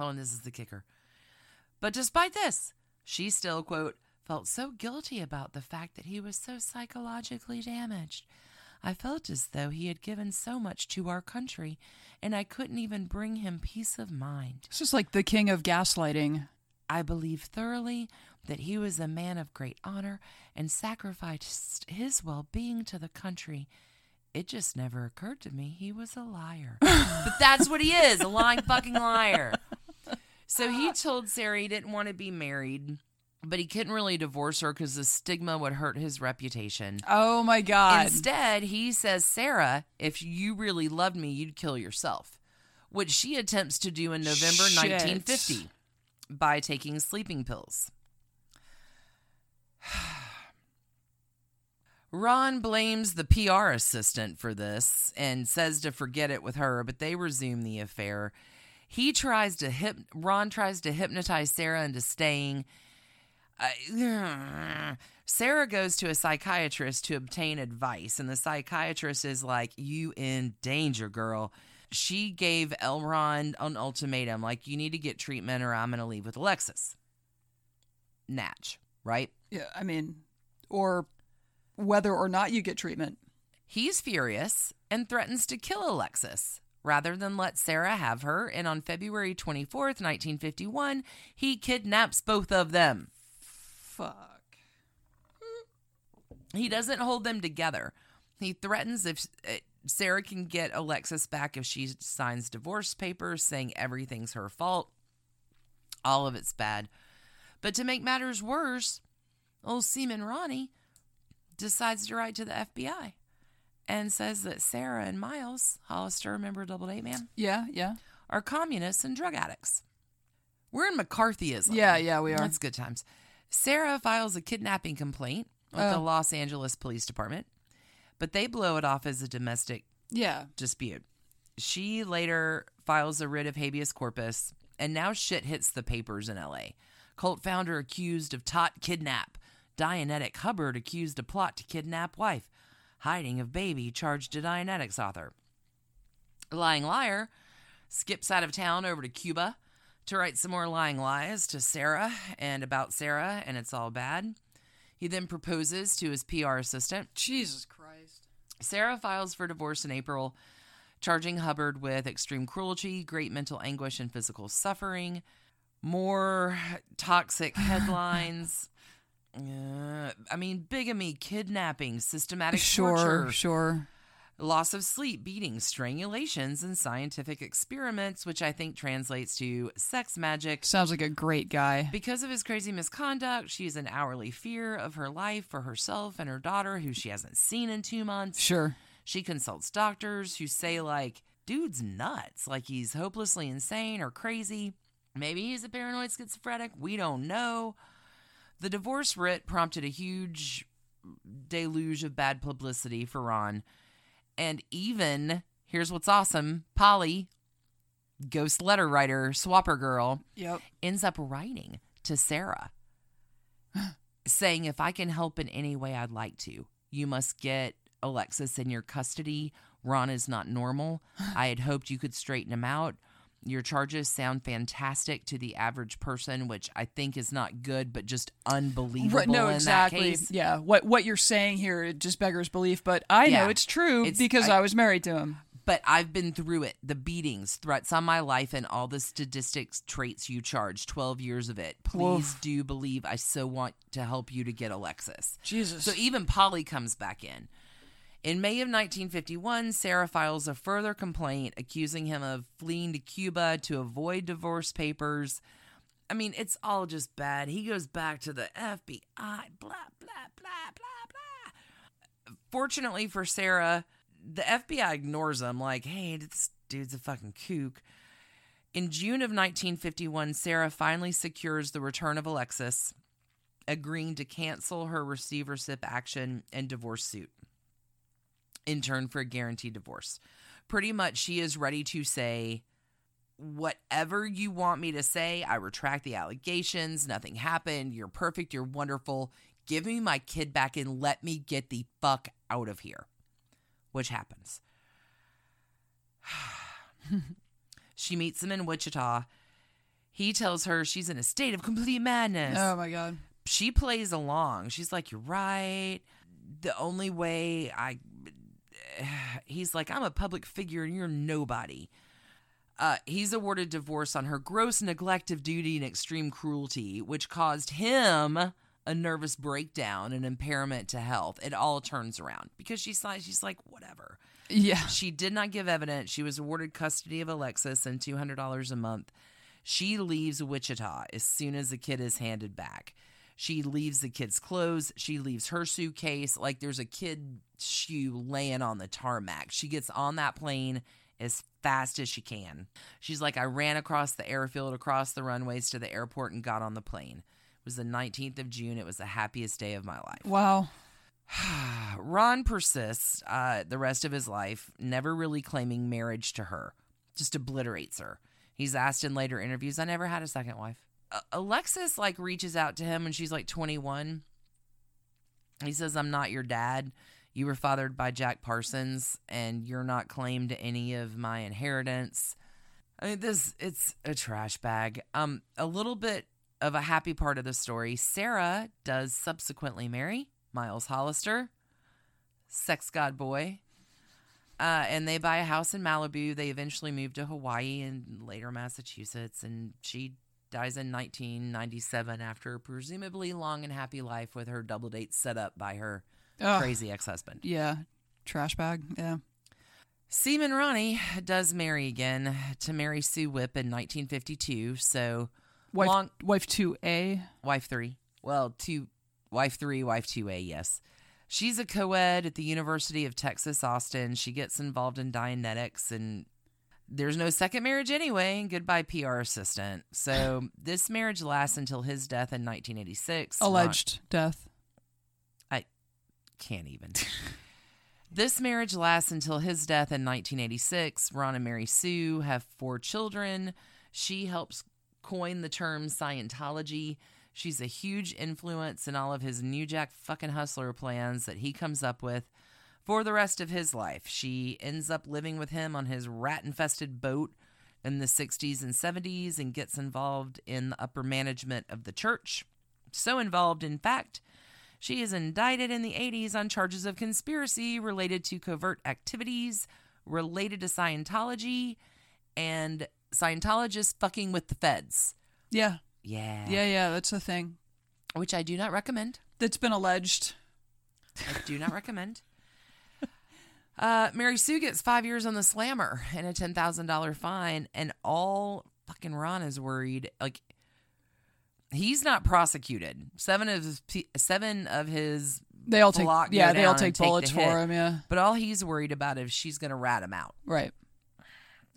Oh, and this is the kicker. But despite this, she still, quote, felt so guilty about the fact that he was so psychologically damaged. I felt as though he had given so much to our country, and I couldn't even bring him peace of mind. This is like the king of gaslighting. I believe thoroughly that he was a man of great honor and sacrificed his well being to the country. It just never occurred to me he was a liar. but that's what he is a lying fucking liar. So he told Sarah he didn't want to be married, but he couldn't really divorce her because the stigma would hurt his reputation. Oh my god. Instead, he says, Sarah, if you really loved me, you'd kill yourself, which she attempts to do in November Shit. 1950 by taking sleeping pills. Ron blames the PR assistant for this and says to forget it with her, but they resume the affair. He tries to hip Ron tries to hypnotize Sarah into staying. I- Sarah goes to a psychiatrist to obtain advice, and the psychiatrist is like, "You in danger, girl." She gave Elron an ultimatum, like, "You need to get treatment, or I'm going to leave with Alexis." Natch, right? yeah, I mean, or whether or not you get treatment. He's furious and threatens to kill Alexis rather than let Sarah have her. And on February 24th, 1951, he kidnaps both of them. Fuck. He doesn't hold them together. He threatens if eh, Sarah can get Alexis back if she signs divorce papers saying everything's her fault. All of it's bad. But to make matters worse, old Seaman Ronnie decides to write to the FBI and says that Sarah and Miles Hollister, remember Double Date Man, Yeah, yeah. are communists and drug addicts. We're in McCarthyism. Yeah, yeah, we are. That's good times. Sarah files a kidnapping complaint with the Oh. Los Angeles Police Department, but they blow it off as a domestic Yeah. dispute. She later files a writ of habeas corpus, and now shit hits the papers in LA. Cult founder accused of tot kidnap. Dianetic Hubbard accused of plot to kidnap wife. Hiding of baby charged to Dianetics author. Lying liar skips out of town over to Cuba to write some more lying lies to Sarah and about Sarah, and it's all bad. He then proposes to his PR assistant, Jesus Christ. Sarah files for divorce in April, charging Hubbard with extreme cruelty, great mental anguish, and physical suffering. More toxic headlines. Uh, I mean, bigamy, kidnapping, systematic sure, torture, sure. loss of sleep, beatings, strangulations, and scientific experiments, which I think translates to sex magic. Sounds like a great guy. Because of his crazy misconduct, she is in hourly fear of her life for herself and her daughter, who she hasn't seen in two months. Sure. She consults doctors who say, like, dude's nuts. Like, he's hopelessly insane or crazy. Maybe he's a paranoid schizophrenic. We don't know. The divorce writ prompted a huge deluge of bad publicity for Ron. And even, here's what's awesome Polly, ghost letter writer, swapper girl, Yep. ends up writing to Sarah saying, If I can help in any way, I'd like to. You must get Alexis in your custody. Ron is not normal. I had hoped you could straighten him out. Your charges sound fantastic to the average person, which I think is not good, but just unbelievable. Right, no, in That exactly. case. Yeah. What what you're saying here it just beggars belief, but I Yeah. know it's true It's- because I- I, was married to him. But I've been through it the beatings, threats on my life, and all the statistics, traits you charge 12 years of it. Please Woof. do believe I so want to help you to get Alexis. Jesus. So even Polly comes back in. In May of 1951, Sarah files a further complaint accusing him of fleeing to Cuba to avoid divorce papers. I mean, it's all just bad. He goes back to the FBI, blah, blah, blah, blah, blah. Fortunately for Sarah, the FBI ignores him, like, hey, this dude's a fucking kook. In June of 1951, Sarah finally secures the return of Alexis agreeing to cancel her receivership action and divorce suit in turn for a guaranteed divorce. Pretty much, she is ready to say, Whatever you want me to say, I retract the allegations. Nothing happened. You're perfect. You're wonderful. Give me my kid back and let me get the fuck out of here. Which happens. she meets him in Wichita. He tells her she's in a state of complete madness Oh my god. she plays along. She's like, "You're right. The only way I." He's like, "I'm a public figure and you're nobody." Uh, he's awarded divorce on her gross neglect of duty and extreme cruelty, which caused him a nervous breakdown and impairment to health. It all turns around because she's like, she's like, whatever. Yeah. She did not give evidence. She was awarded custody of Alexis and $200 a month. She leaves Wichita as soon as the kid is handed back. She leaves the kid's clothes. She leaves her suitcase. Like there's a kid shoe laying on the tarmac. She gets on that plane as fast as she can. She's like, I ran across the airfield, across the runways to the airport, and got on the plane. It was the 19th of June. It was the happiest day of my life. Wow. Ron persists uh, the rest of his life, never really claiming marriage to her, just obliterates her. He's asked in later interviews, I never had a second wife. Uh, Alexis, like, reaches out to him when she's like 21. He says, I'm not your dad. You were fathered by Jack Parsons, and you're not claimed to any of my inheritance. I mean, this, it's a trash bag. Um, a little bit of a happy part of the story Sarah does subsequently marry Miles Hollister, sex god boy. Uh, and they buy a house in Malibu. They eventually move to Hawaii and later Massachusetts. And she dies in 1997 after a presumably long and happy life with her double date set up by her Ugh. crazy ex husband. Yeah. Trash bag. Yeah. Seaman Ronnie does marry again to marry Sue Whip in 1952. So, Wife Long- wife two A. wife three. Well, two, wife three, wife two A, yes. She's a co ed at the University of Texas, Austin. She gets involved in Dianetics and there's no second marriage anyway. And goodbye, PR assistant. So this marriage lasts until his death in 1986. Ron- Alleged death. can't even. this marriage lasts until his death in 1986. Ron and Mary Sue have four children. She helps coin the term Scientology. She's a huge influence in all of his New Jack fucking hustler plans that he comes up with for the rest of his life. She ends up living with him on his rat infested boat in the 60s and 70s and gets involved in the upper management of the church. So involved, in fact, she is indicted in the 80s on charges of conspiracy related to covert activities, related to Scientology and Scientologists fucking with the feds. Yeah. Yeah. Yeah, yeah, that's the thing. Which I do not recommend. That's been alleged. I do not recommend. Uh, Mary Sue gets five years on the slammer and a ten thousand dollar fine, and all fucking Ron is worried. Like he's not prosecuted. Seven of his, pe- seven of his, They all take Block, go Yeah, they all down take and take the bullets hit. for him, yeah. but all he's worried about is she's gonna rat him out. Right.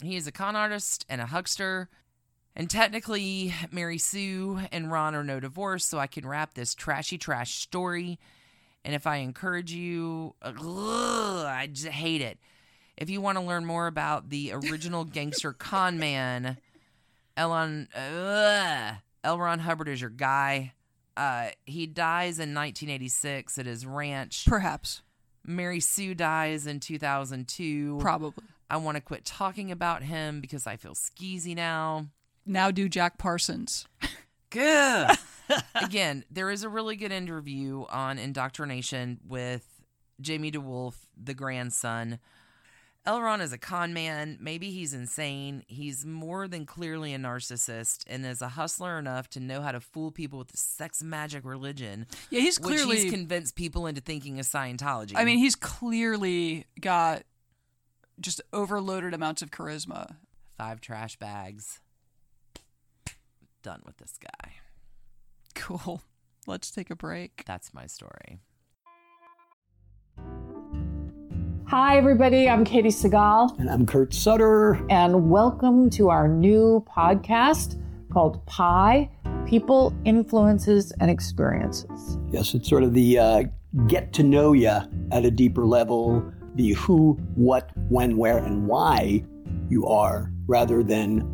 He is a con artist and a huckster. And technically, Mary Sue and Ron are no divorce, so I can wrap this trashy trash story. And if I encourage you, ugh, I just hate it. If you want to learn more about the original gangster con man, Elon, ugh, L. Ron Hubbard is your guy. Uh, he dies in 1986 at his ranch. Perhaps. Mary Sue dies in 2002. Probably. I want to quit talking about him because I feel skeezy now. Now do Jack Parsons. Good. Again, there is a really good interview on indoctrination with Jamie DeWolf, the grandson. Elron is a con man. Maybe he's insane. He's more than clearly a narcissist and is a hustler enough to know how to fool people with the sex magic religion, Yeah, he's which clearly he's convinced people into thinking is Scientology. I mean, he's clearly got just overloaded amounts of charisma. five trash bags. Done with this guy. Cool. Let's take a break. That's my story. Hi, everybody. I'm Katie Segal, And I'm Kurt Sutter. and welcome to our new podcast called Pie People, Influences, and Experiences. Yes, it's sort of the uh, get to know you at a deeper level, the who, what, when, where, and why you are, rather than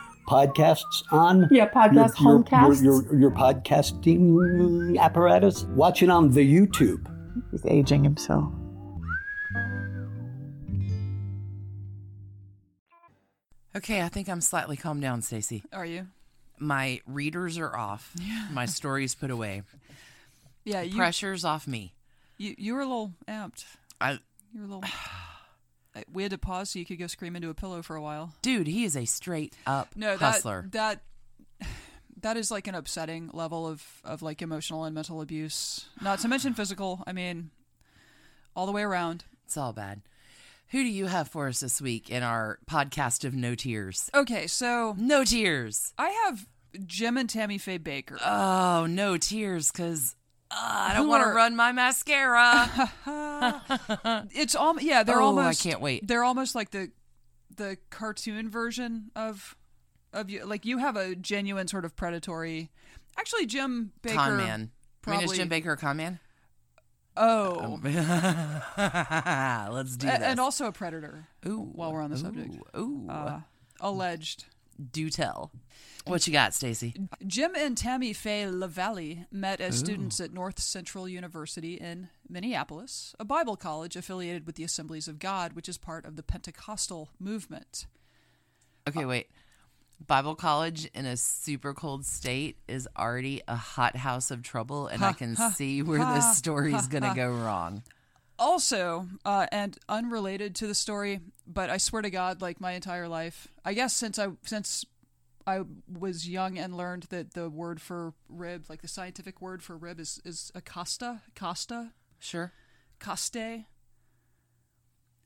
podcasts on. Yeah, podcast, your, homecasts. your, your, your podcasting apparatus. Watch it on the YouTube. He's aging himself. Okay, I think I'm slightly calmed down, Stacey. Are you? My readers are off. My story's put away. Yeah, you, Pressure's off me. you you were a little amped. I, You were a little. I- We had to pause so you could go scream into a pillow for a while. dude, he is a straight up No, that hustler. that that is like an upsetting level of of like emotional and mental abuse. Not to mention physical. I mean, all the way around. it's all bad. Who do you have for us this week in our podcast of no tears? Okay, so No tears. I have Jim and Tammy Faye Baker. Oh, no tears, because I don't Who want to are- run my mascara. It's all yeah. They're Oh, I almost. can't wait. They're almost like the the cartoon version of of you. Like you have a genuine sort of predatory. Actually, Jim Baker. con man. I mean, is probably- Jim Baker a con man? Oh, Let's do a- this. and also a predator. Ooh, while we're on the subject. Ooh, ooh. Uh, alleged. do tell. What you got, Stacy? Jim and Tammy Faye LaValle met as students at North Central University in Minneapolis, a Bible college affiliated with the Assemblies of God, which is part of the Pentecostal movement. Uh, Okay, wait. Bible college in a super cold state is already a hothouse of trouble, and I can see where this story's gonna go wrong. Also, uh, and unrelated to the story, but I swear to God, like my entire life, I guess since I since I was young and learned that the word for rib, like the scientific word for rib, is is acosta, costa, Sure. costae.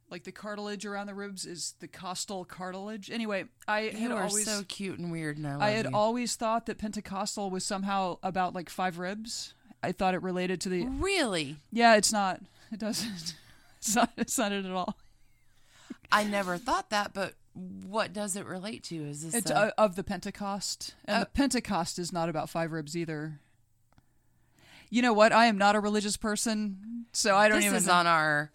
Like the cartilage around the ribs is the costal cartilage. Anyway, I had You are always so cute and weird, and I, love I had you. always thought that Pentecostal was somehow about like five ribs. I thought it related to the really. Yeah, it's not. It doesn't. It's not it's not it at all. I never thought that, but what does it relate to? Is this It's a- uh, of the Pentecost, and the Pentecost is not about five ribs either. You know what? I am not a religious person, so I don't this even. is on our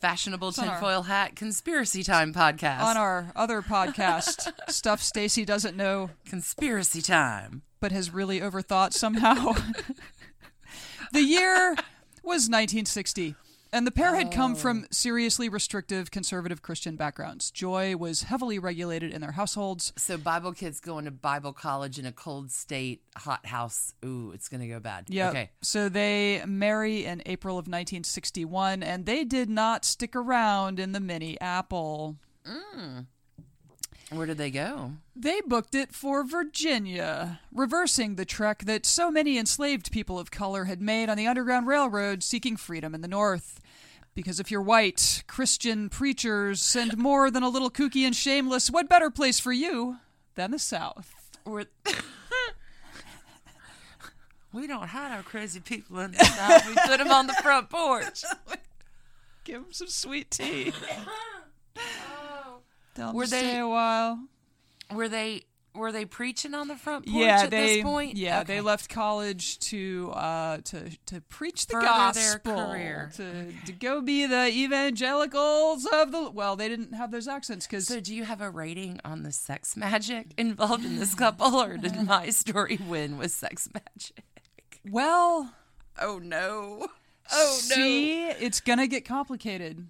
Fashionable on our- tinfoil hat conspiracy time podcast. on our other podcast, stuff Stacy doesn't know conspiracy time. but has really overthought somehow. the year was 1960, and the pair had come from seriously restrictive conservative Christian backgrounds. Joy was heavily regulated in their households. So Bible kids going to Bible college in a cold state hot house. Ooh, it's gonna go bad. Yeah. Okay. So they marry in April of 1961, and they did not stick around in the Mini Apple. Where did they go? They booked it for Virginia, reversing the trek that so many enslaved people of color had made on the Underground Railroad seeking freedom in the North. Because if you're white, Christian preachers, and more than a little kooky and shameless, what better place for you than the South? Were- we don't hide our crazy people in the south. We put them on the front porch. Give them some sweet tea. Tell 'em Were to they- stay a while. Were they were they preaching on the front porch Yeah, at they. this point? Yeah, Okay. they left college to uh, to to preach the Further their gospel, career. to to go be the evangelicals of the. Well, they didn't have those accents because So, do you have a rating on the sex magic involved in this couple, or did my story win with sex magic? well, Oh no! Oh no! see, it's gonna get complicated.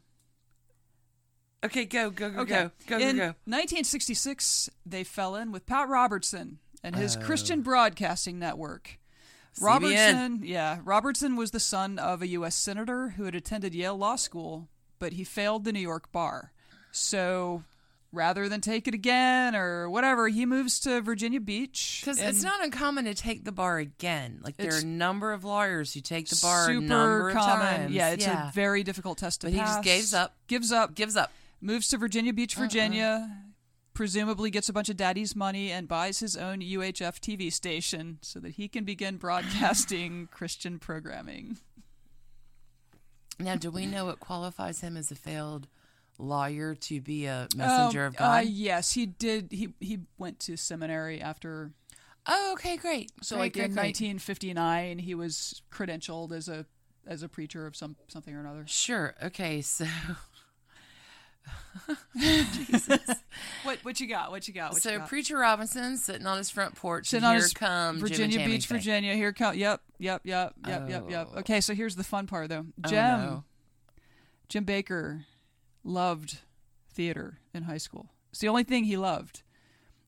Okay, go go go go go in go go. 1966, they fell in with Pat Robertson and Oh. his Christian Broadcasting Network. CBN. Robertson, yeah, Robertson was the son of a U.S. senator who had attended Yale Law School, but he failed the New York bar. So rather than take it again or whatever, he moves to Virginia Beach. Because it's and not uncommon to take the bar again. Like there are a It's number of lawyers who take the bar a super number of common. times. Yeah, it's a very difficult test to But he pass. just gives up. Gives up. gives up. moves to Virginia Beach, Virginia, presumably gets a bunch of daddy's money and buys his own UHF TV station so that he can begin broadcasting Christian programming. Now, do we know what qualifies him as a failed lawyer to be a Oh, messenger of God? Um, uh, yes, he did. He he went to seminary after. oh, okay, great. So Great, like great, in great. 1959, he was credentialed as a as a preacher of some something or another. Sure. Okay. So, What what you got? What you got? What so you got? preacher Robinson sitting on his front porch. Sit and on here his come Jim and Virginia Tammy Beach, thing. Virginia. Here come. Yep, yep, yep, yep, yep, yep. Oh. Okay, so here's the fun part though. Oh, Jim, no. Jim Baker loved theater in high school. It's the only thing he loved.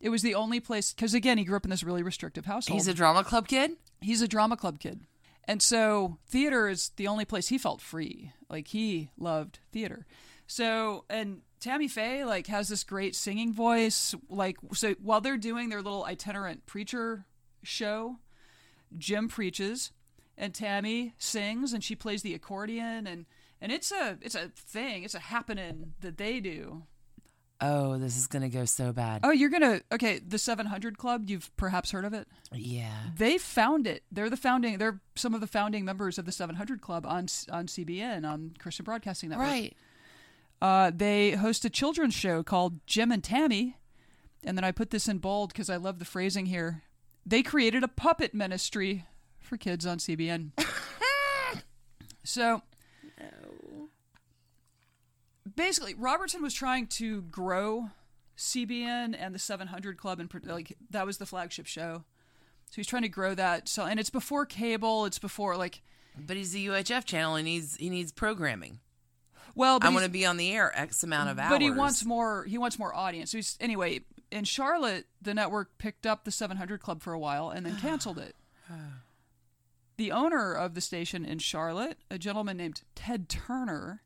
It was the only place because again, he grew up in this really restrictive household. He's a drama club kid. He's a drama club kid, and so theater is the only place he felt free. Like he loved theater. So and Tammy Faye like has this great singing voice. Like so while they're doing their little itinerant preacher show, Jim preaches and Tammy sings and she plays the accordion and and it's a it's a thing, it's a happening that they do. Oh, this is gonna go so bad. Oh, you're going to Okay, the 700 Club, you've perhaps heard of it. Yeah. They found it. They're the founding they're some of the founding members of the 700 Club on on CBN on Christian Broadcasting Network. Right. Uh, they host a children's show called Jim and Tammy. And then I put this in bold because I love the phrasing here. They created a puppet ministry for kids on CBN. so. Basically, Robertson was trying to grow CBN and the 700 Club, and like that was the flagship show. So he's trying to grow that. So, and it's before cable. It's before like, But he's a UHF channel and he's he needs programming. well, but I he's- want to be on the air X amount of hours. But he wants more. He wants more audience. So he's anyway in Charlotte. The network picked up the 700 Club for a while and then canceled it. The owner of the station in Charlotte, a gentleman named Ted Turner,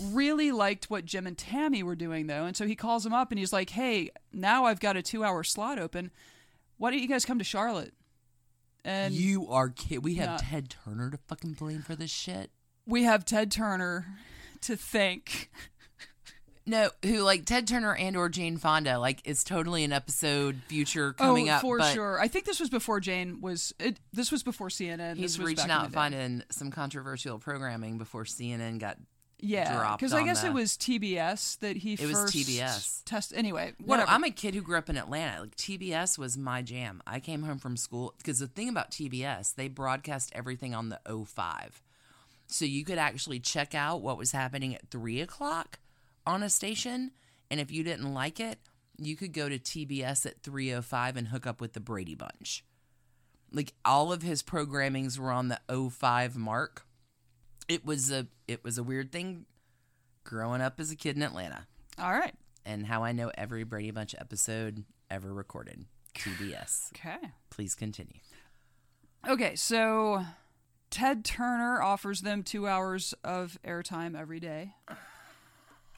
really liked what Jim and Tammy were doing though, and so he calls him up and he's like, "Hey, now I've got a two-hour slot open. Why don't you guys come to Charlotte?" And you are kid. We have Yeah. Ted Turner to fucking blame for this shit. we have Ted Turner to thank. No, who like Ted Turner and or Jane Fonda? Like it's totally an episode future coming oh, up. for but sure. I think this was before Jane was. It, this was before CNN. He's this was reaching back in out the and day. finding some controversial programming before CNN got. Yeah, dropped because I on guess the- it was TBS that he It was first TBS. test. Anyway, What? whatever. I'm a kid who grew up in Atlanta. Like TBS was my jam. I came home from school because the thing about TBS, they broadcast everything on the 05. So you could actually check out what was happening at three o'clock on a station. And if you didn't like it, you could go to TBS at 305 and hook up with the Brady Bunch. Like all of his programmings were on the 05 mark. It was a it was a weird thing growing up as a kid in Atlanta All right. and how I know every Brady Bunch episode ever recorded. TBS. Okay. Please continue. Okay, so Ted Turner offers them two hours of airtime every day.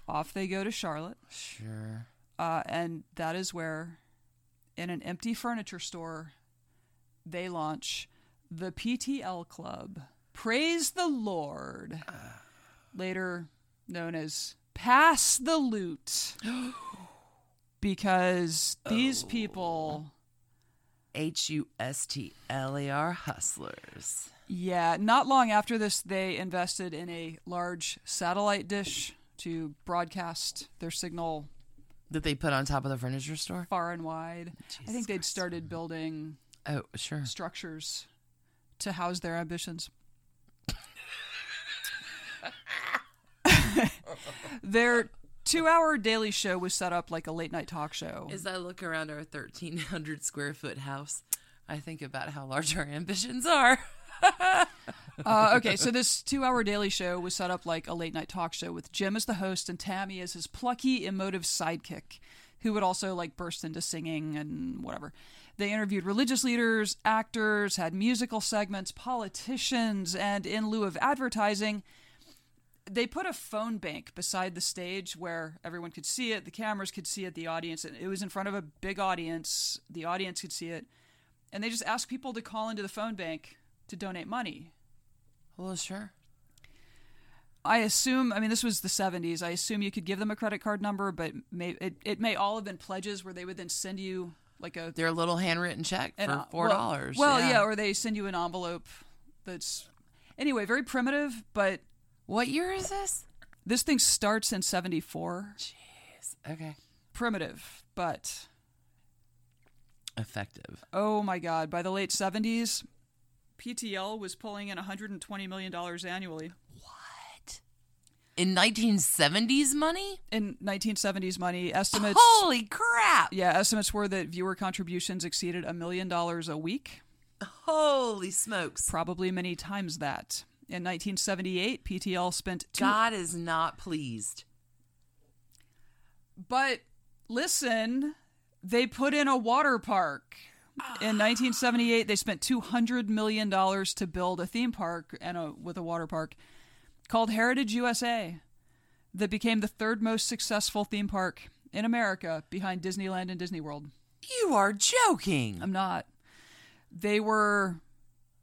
Off they go to Charlotte, Sure. uh, and that is where, in an empty furniture store, they launch the PTL Club. Praise the Lord, later known as Pass the Loot, because these people. H U S T L E R hustlers. Yeah, not long after this, they invested in a large satellite dish to broadcast their signal That they put on top of the furniture store? far and wide. I think they'd started building Oh, sure. structures to house their ambitions. their two hour daily show was set up like a late night talk show. As I look around our 1,300 square foot house, I think about how large our ambitions are. Uh, okay, so this two hour daily show was set up like a late night talk show with Jim as the host and Tammy as his plucky, emotive sidekick, who would also like burst into singing and whatever. They interviewed religious leaders, actors, had musical segments, politicians, and in lieu of advertising, they put a phone bank beside the stage where everyone could see it, the cameras could see it, the audience. It was in front of a big audience, the audience could see it. And they just asked people to call into the phone bank to donate money. Well, sure. I assume. I mean, this was the '70s. I assume you could give them a credit card number, but may, it it may all have been pledges where they would then send you like a They're a little handwritten check an- for four dollars. Well, well, yeah. or they send you an envelope. That's anyway very primitive, but what year is this? this thing starts in '74. Okay, Primitive, but effective. oh my god! By the late '70s, PTL was pulling in 120 million dollars annually In 1970s money? in 1970s money. Estimates. Holy crap! Yeah, estimates were that viewer contributions exceeded a million dollars a week. Holy smokes! probably many times that. In 1978, PTL spent two. God is not pleased. But listen, they put in a water park. In 1978, they spent 200 million dollars to build a theme park and a, with a water park called Heritage USA, that became the third most successful theme park in America behind Disneyland and Disney World. You are joking. I'm not. They were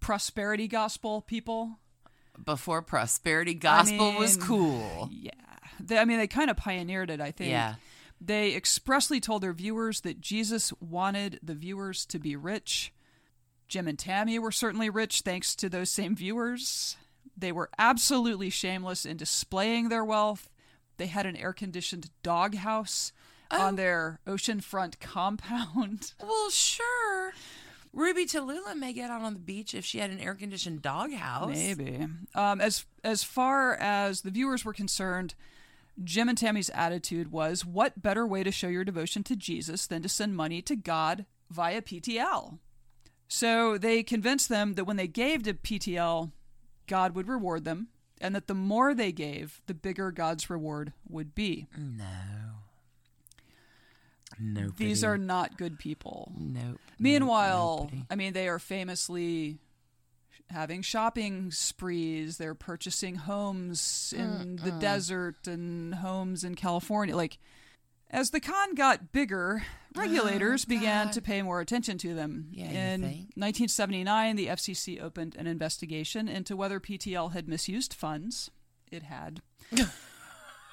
prosperity gospel people. Before prosperity gospel was mean, cool. Yeah. They, I mean, they kind of pioneered it, I think. Yeah. They expressly told their viewers that Jesus wanted the viewers to be rich. Jim and Tammy were certainly rich thanks to those same viewers. They were absolutely shameless in displaying their wealth. They had an air conditioned doghouse on their oceanfront compound. Well, sure. Ruby Tallulah may get out on the beach if she had an air conditioned doghouse. Maybe. Um, as as far as the viewers were concerned, Jim and Tammy's attitude was, "What better way to show your devotion to Jesus than to send money to God via PTL?" So they convinced them that when they gave to PTL, God would reward them, and that the more they gave, the bigger God's reward would be. No. No. These are not good people. Nope. Meanwhile, I mean, they are famously having shopping sprees. They're purchasing homes Uh, in the desert and homes in California. Like, as the con got bigger, regulators began to pay more attention to them. Uh, Yeah, you in think? 1979, the FCC opened an investigation into whether PTL had misused funds. It had.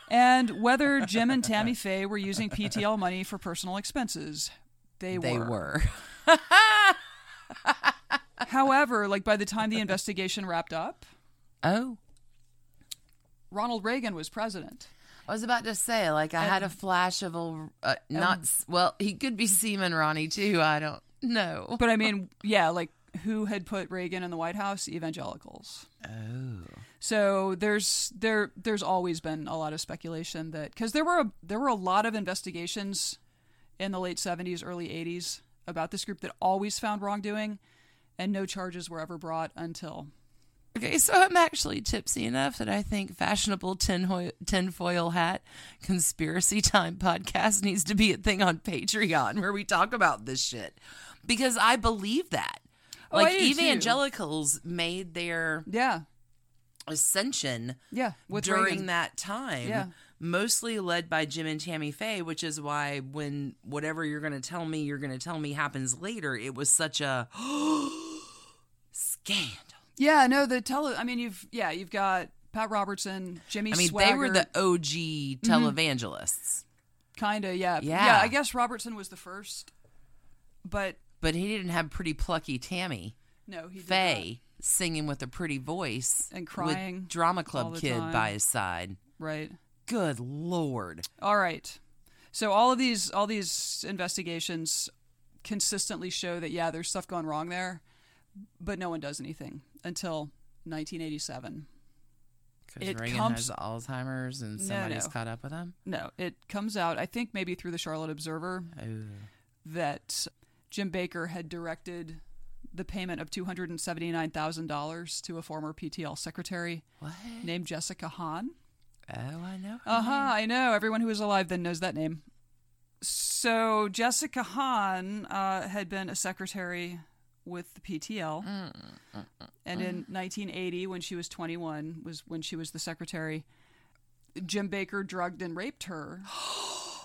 and whether Jim and Tammy Faye were using PTL money for personal expenses. They, they were. were. However, like by the time the investigation wrapped up, Oh, Ronald Reagan was president. I was about to say, like, I had a flash of a uh, um, not s well. He could be Seaman Ronnie too. I don't know. But I mean, yeah, like who had put Reagan in the White House? Evangelicals. Oh. So there's there there's always been a lot of speculation that because there were a, there were a lot of investigations in the late 70s, early 80s about this group that always found wrongdoing, and no charges were ever brought until Okay, so I'm actually tipsy enough that I think fashionable tinho- tinfoil hat conspiracy time podcast needs to be a thing on Patreon where we talk about this shit because I believe that. Oh, I like do too. evangelicals made their yeah ascension yeah with during Reagan. that time, Yeah. mostly led by Jim and Tammy Faye, which is why when whatever you're going to tell me, you're going to tell me happens later, it was such a scandal. yeah no the tele I mean you've yeah you've got Pat Robertson Jimmy I mean, they were the OG Mm-hmm. televangelists, kind of yeah Yeah. I guess Robertson was the first, but but he didn't have pretty plucky Tammy no he did Faye singing with a pretty voice And crying with drama all club the kid time. by his side. not. right Good lord. All right. So all of these all these investigations consistently show that yeah, there's stuff going wrong there, but no one does anything until 1987. Because It Reagan comes- has Alzheimer's and No, somebody's no. caught up with him. No, it comes out I think maybe through the Charlotte Observer Oh. that Jim Baker had directed the payment of $279,000 to a former PTL secretary What? named Jessica Hahn. Oh, I know. Uh huh. I know. Everyone who is alive then knows that name. So Jessica Hahn uh, had been a secretary with the PTL, and in 1980, when she was 21, was when she was the secretary. Jim Baker drugged and raped her,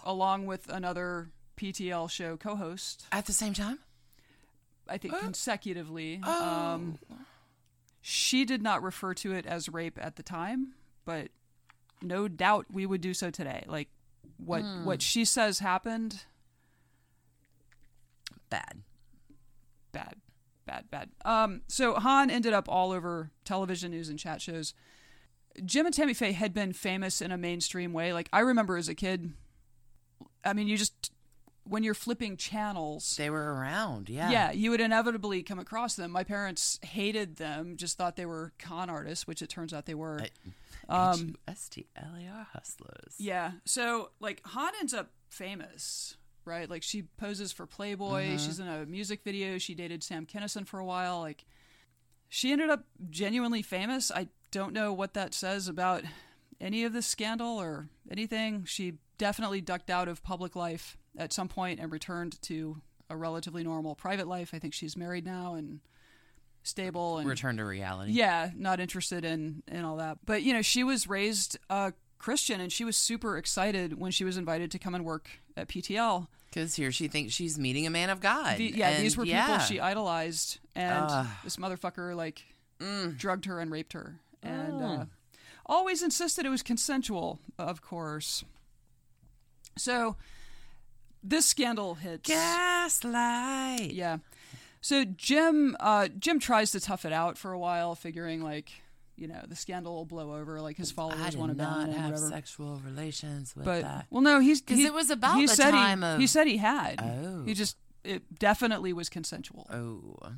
along with another PTL show co-host. At the same time? I think consecutively. Um, she did not refer to it as rape at the time, but no doubt we would do so today. Like what what she says happened, Bad. bad, bad, bad. Um, so Han ended up all over television news and chat shows. Jim and Tammy Faye had been famous in a mainstream way. Like I remember as a kid, I mean, you just when you're flipping channels, They were around, yeah. Yeah, you would inevitably come across them. My parents hated them, just thought they were con artists, which it turns out they were. Um, H-U-S-T-L-E-R E hustlers. yeah. So, like, Han ends up famous, right? Like, she poses for Playboy. She's in a music video. She dated Sam Kinison for a while. Like, she ended up genuinely famous. I don't know what that says about any of this scandal or anything. She definitely ducked out of public life at some point and returned to a relatively normal private life. I think she's married now and stable and Return to reality. yeah, not interested in in all that. But you know, she was raised a Christian, and she was super excited when she was invited to come and work at PTL. Because here she thinks she's meeting a man of God. The- yeah, and these were yeah. people she idolized, and Ah. Mm. this motherfucker like drugged her and raped her, Oh. and uh, always insisted it was consensual, of course. So this scandal hits. Gaslight. Yeah. So Jim uh, Jim tries to tough it out for a while, figuring like, you know, the scandal will blow over, like his I followers want to did ban not him, have whatever. sexual relations with But that. well, no, he's 'Cause he- it was about he the said time he, of- he said he had. Oh. He just it definitely was consensual. Oh.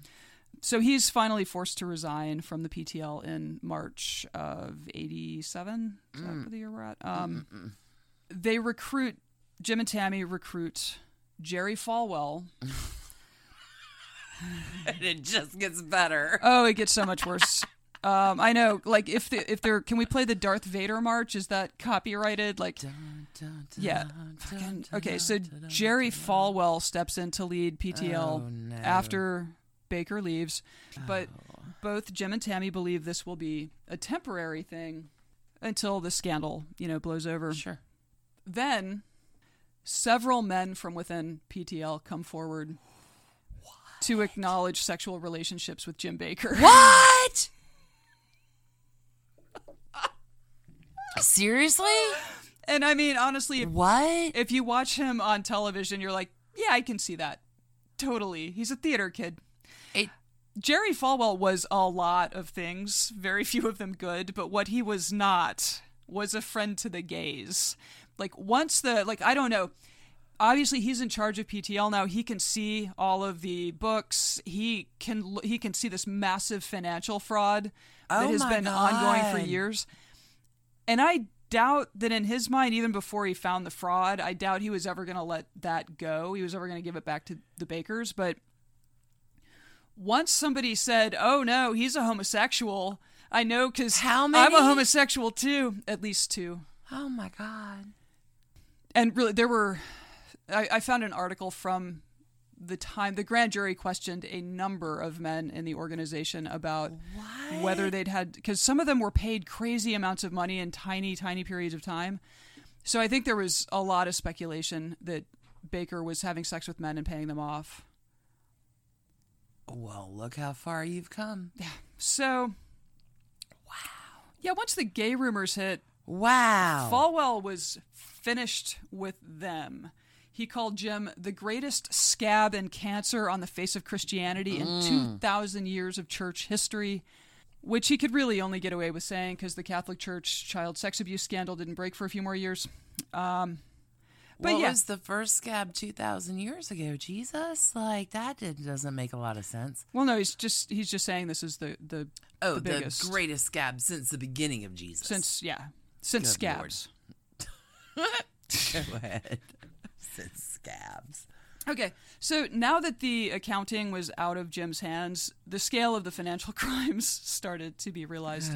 So he's finally forced to resign from the PTL in March of '87. Is Mm. that the year we're at? Um, they recruit Jim and Tammy recruit Jerry Falwell. and it just gets better. Oh, it gets so much worse. um, I know. Like if the, if they're can we play the Darth Vader march? Is that copyrighted? Like Dun, dun, dun, yeah. dun, Fucking- dun, okay, dun, so dun, dun, Jerry dun. Falwell steps in to lead PTL Oh, no. Oh. after Baker leaves, but both Jim and Tammy believe this will be a temporary thing until the scandal, you know, blows over. Sure. Then several men from within PTL come forward to acknowledge sexual relationships with Jim Baker. What? Seriously? And I mean, honestly, if, Mm. What? if you watch him on television, you're like, yeah, I can see that. Totally. He's a theater kid. It- Jerry Falwell was a lot of things, very few of them good, but what he was not was a friend to the gays. Like once the like I don't know, obviously he's in charge of PTL now. He can see all of the books. He can l- he can see this massive financial fraud that Oh has my been ongoing for God. years. And I doubt that in his mind, even before he found the fraud, I doubt he was ever going to let that go. He was ever going to give it back to the Bakers. But once somebody said, "Oh no, he's a homosexual," I know because How I'm a many? homosexual too. At least two Oh my god. and really there were I, I found an article from the time the grand jury questioned a number of men in the organization about whether they'd had because some of them were paid crazy amounts of money in tiny tiny periods of time so i think there was a lot of speculation that baker was having sex with men and paying them off Well, look how far you've come. so wow yeah once the gay rumors hit Wow. Falwell was finished with them. He called Jim the greatest scab and cancer on the face of Christianity Mm. in 2,000 years of church history, which he could really only get away with saying because the Catholic Church child sex abuse scandal didn't break for a few more years. Um, but what yeah. was the first scab 2,000 years ago? Jesus? Like, that did, doesn't make a lot of sense. well, no, he's just he's just saying this is the the Oh, the the, biggest greatest scab since the beginning of Jesus. since yeah since Good Lord. scabs. Go ahead. since scabs. Okay, so now that the accounting was out of Jim's hands, the scale of the financial crimes started to be realized.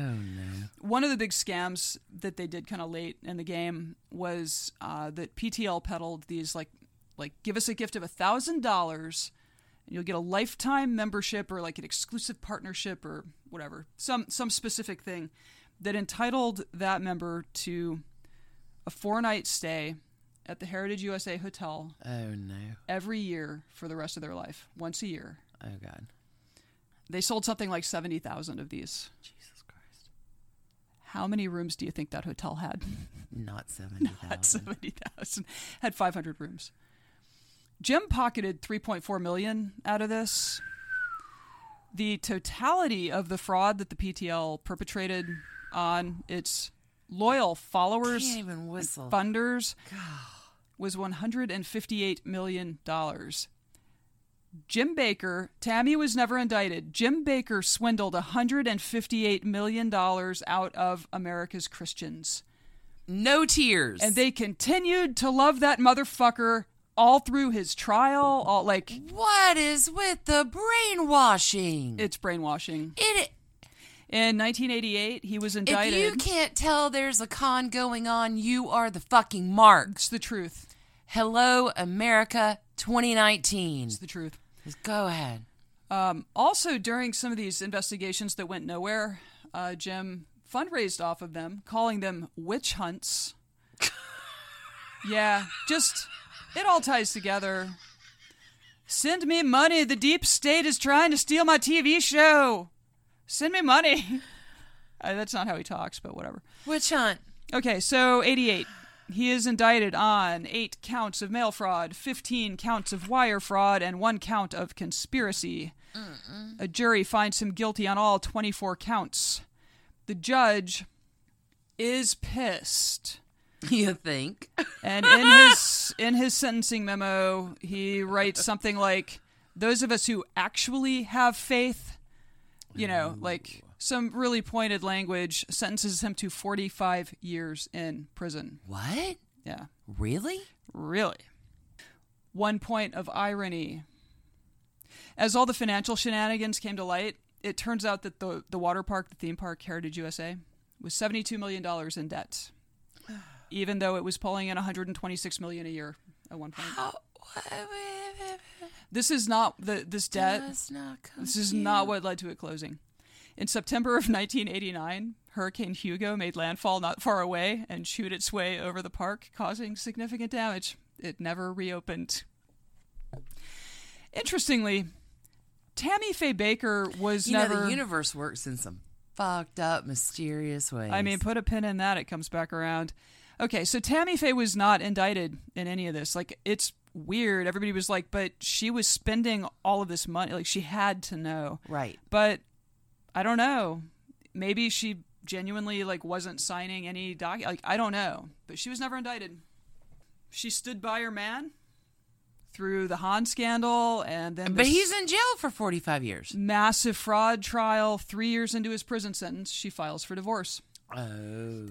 One of the big scams that they did kind of late in the game was uh, that PTL peddled these like, like give us a gift of a thousand dollars, and you'll get a lifetime membership or like an exclusive partnership or whatever, some some specific thing that entitled that member to a four night stay at the Heritage USA Hotel Oh, no. every year for the rest of their life, once a year. Oh, God. They sold something like 70,000 of these. Jesus Christ. How many rooms do you think that hotel had? Not 70,000. Had 70,000. Had 500 rooms. Jim pocketed 3.4 million out of this. The totality of the fraud that the PTL perpetrated on its loyal followers Can't even whistle. funders was $158 million. Jim Baker, Tammy was never indicted. Jim Baker swindled $158 million out of America's Christians. No tears. And they continued to love that motherfucker all through his trial. All like What is with the brainwashing? it's brainwashing. it In 1988, he was indicted. if you can't tell there's a con going on, you are the fucking mark. it's the truth. Hello, America 2019. It's the truth. Go ahead. Um, also, during some of these investigations that went nowhere, uh, Jim fundraised off of them, calling them witch hunts. yeah, just it all ties together. Send me money. The deep state is trying to steal my TV show. Send me money. Uh, that's not how he talks, but whatever. Witch hunt. Okay, so 88. He is indicted on eight counts of mail fraud, 15 counts of wire fraud, and one count of conspiracy. A jury finds him guilty on all 24 counts. The judge is pissed. You think? And in his in his sentencing memo, he writes something like, "Those of us who actually have faith, you know, like some really pointed language, sentences him to 45 years in prison." What? Yeah, Really? really. One point of irony. As all the financial shenanigans came to light, it turns out that the the water park, the theme park, Heritage USA, was 72 million dollars in debt, even though it was pulling in 126 million a year at one point. Oh, This is not the this debt. does not come This is not what led to it closing. In September of 1989, Hurricane Hugo made landfall not far away and chewed its way over the park, causing significant damage. It never reopened. Interestingly, Tammy Faye Baker was You never. know, the universe works in some fucked up, mysterious ways. I mean, put a pin in that; it comes back around. Okay, so Tammy Faye was not indicted in any of this. Like, it's weird. Everybody was like, "But she was spending all of this money. Like, she had to know." right. but I don't know. Maybe she genuinely like wasn't signing any doc. Like I don't know, but she was never indicted. She stood by her man. through the Han scandal and then But this he's in jail for 45 years. massive fraud trial. Three years into his prison sentence, she files for divorce. Oh.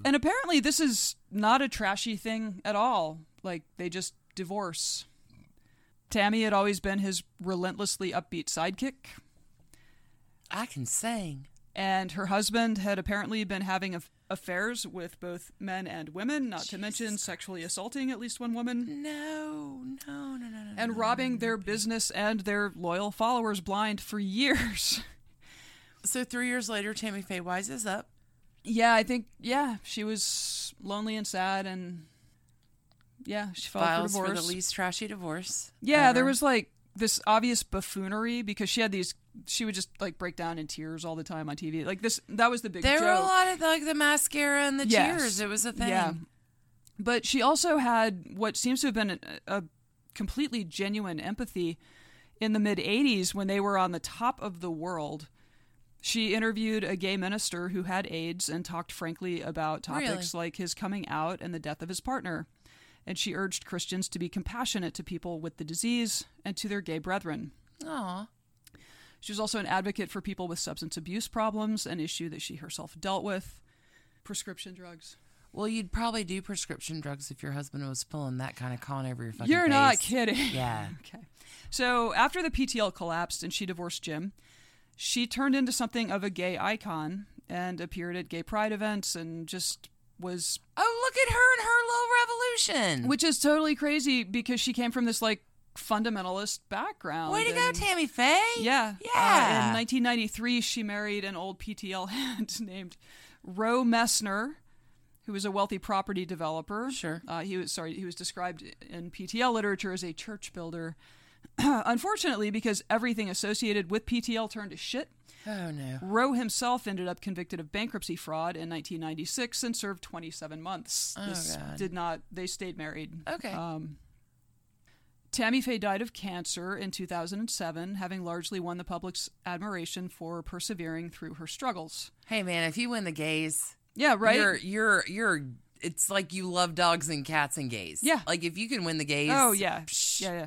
And apparently, this is not a trashy thing at all. Like, they just divorce. Tammy had always been his relentlessly upbeat sidekick, I can sing. and her husband had apparently been having aff- affairs with both men and women, not to mention sexually assaulting at least one woman, No, no, no, no, no. and robbing their business and their loyal followers blind for years. So three years later, Tammy Faye Wise is up. yeah, I think, yeah, she was lonely and sad, and yeah, she filed Files for for divorce. the least trashy divorce. Yeah, there ever. was like this obvious buffoonery because she had these. She would just like break down in tears all the time on TV. Like this, that was the big. There joke. were a lot of like the mascara and the Yes. tears. It was a thing. Yeah. But she also had what seems to have been a, a completely genuine empathy in the mid 80s when they were on the top of the world. She interviewed a gay minister who had AIDS and talked frankly about topics like his coming out and the death of his partner. And she urged Christians to be compassionate to people with the disease and to their gay brethren. Aw. She was also an advocate for people with substance abuse problems, an issue that she herself dealt with. Prescription drugs. Well, you'd probably do prescription drugs if your husband was pulling that kind of con over your fucking You're not face. kidding. Yeah. Okay. So after the PTL collapsed and she divorced Jim, she turned into something of a gay icon and appeared at gay pride events and just was Oh, look at her and her little revolution. which is totally crazy because she came from this like fundamentalist background. Way to go, and- Tammy Faye. Yeah. Uh, Yeah. in 1993, she married an old PTL head named Roe Messner, who was a wealthy property developer. Sure. Uh, he was sorry. He was described in PTL literature as a church builder. Unfortunately, because everything associated with PTL turned to shit, oh, no. Roe himself ended up convicted of bankruptcy fraud in 1996 and served 27 months. Oh, this God. did not. They stayed married. Okay. Um, Tammy Faye died of cancer in 2007, having largely won the public's admiration for persevering through her struggles. Hey, man, if you win the gays, Yeah, right. you're, you're, you're, it's like you love dogs and cats and gays. Yeah. Like if you can win the gays. oh yeah, Psh, yeah, yeah.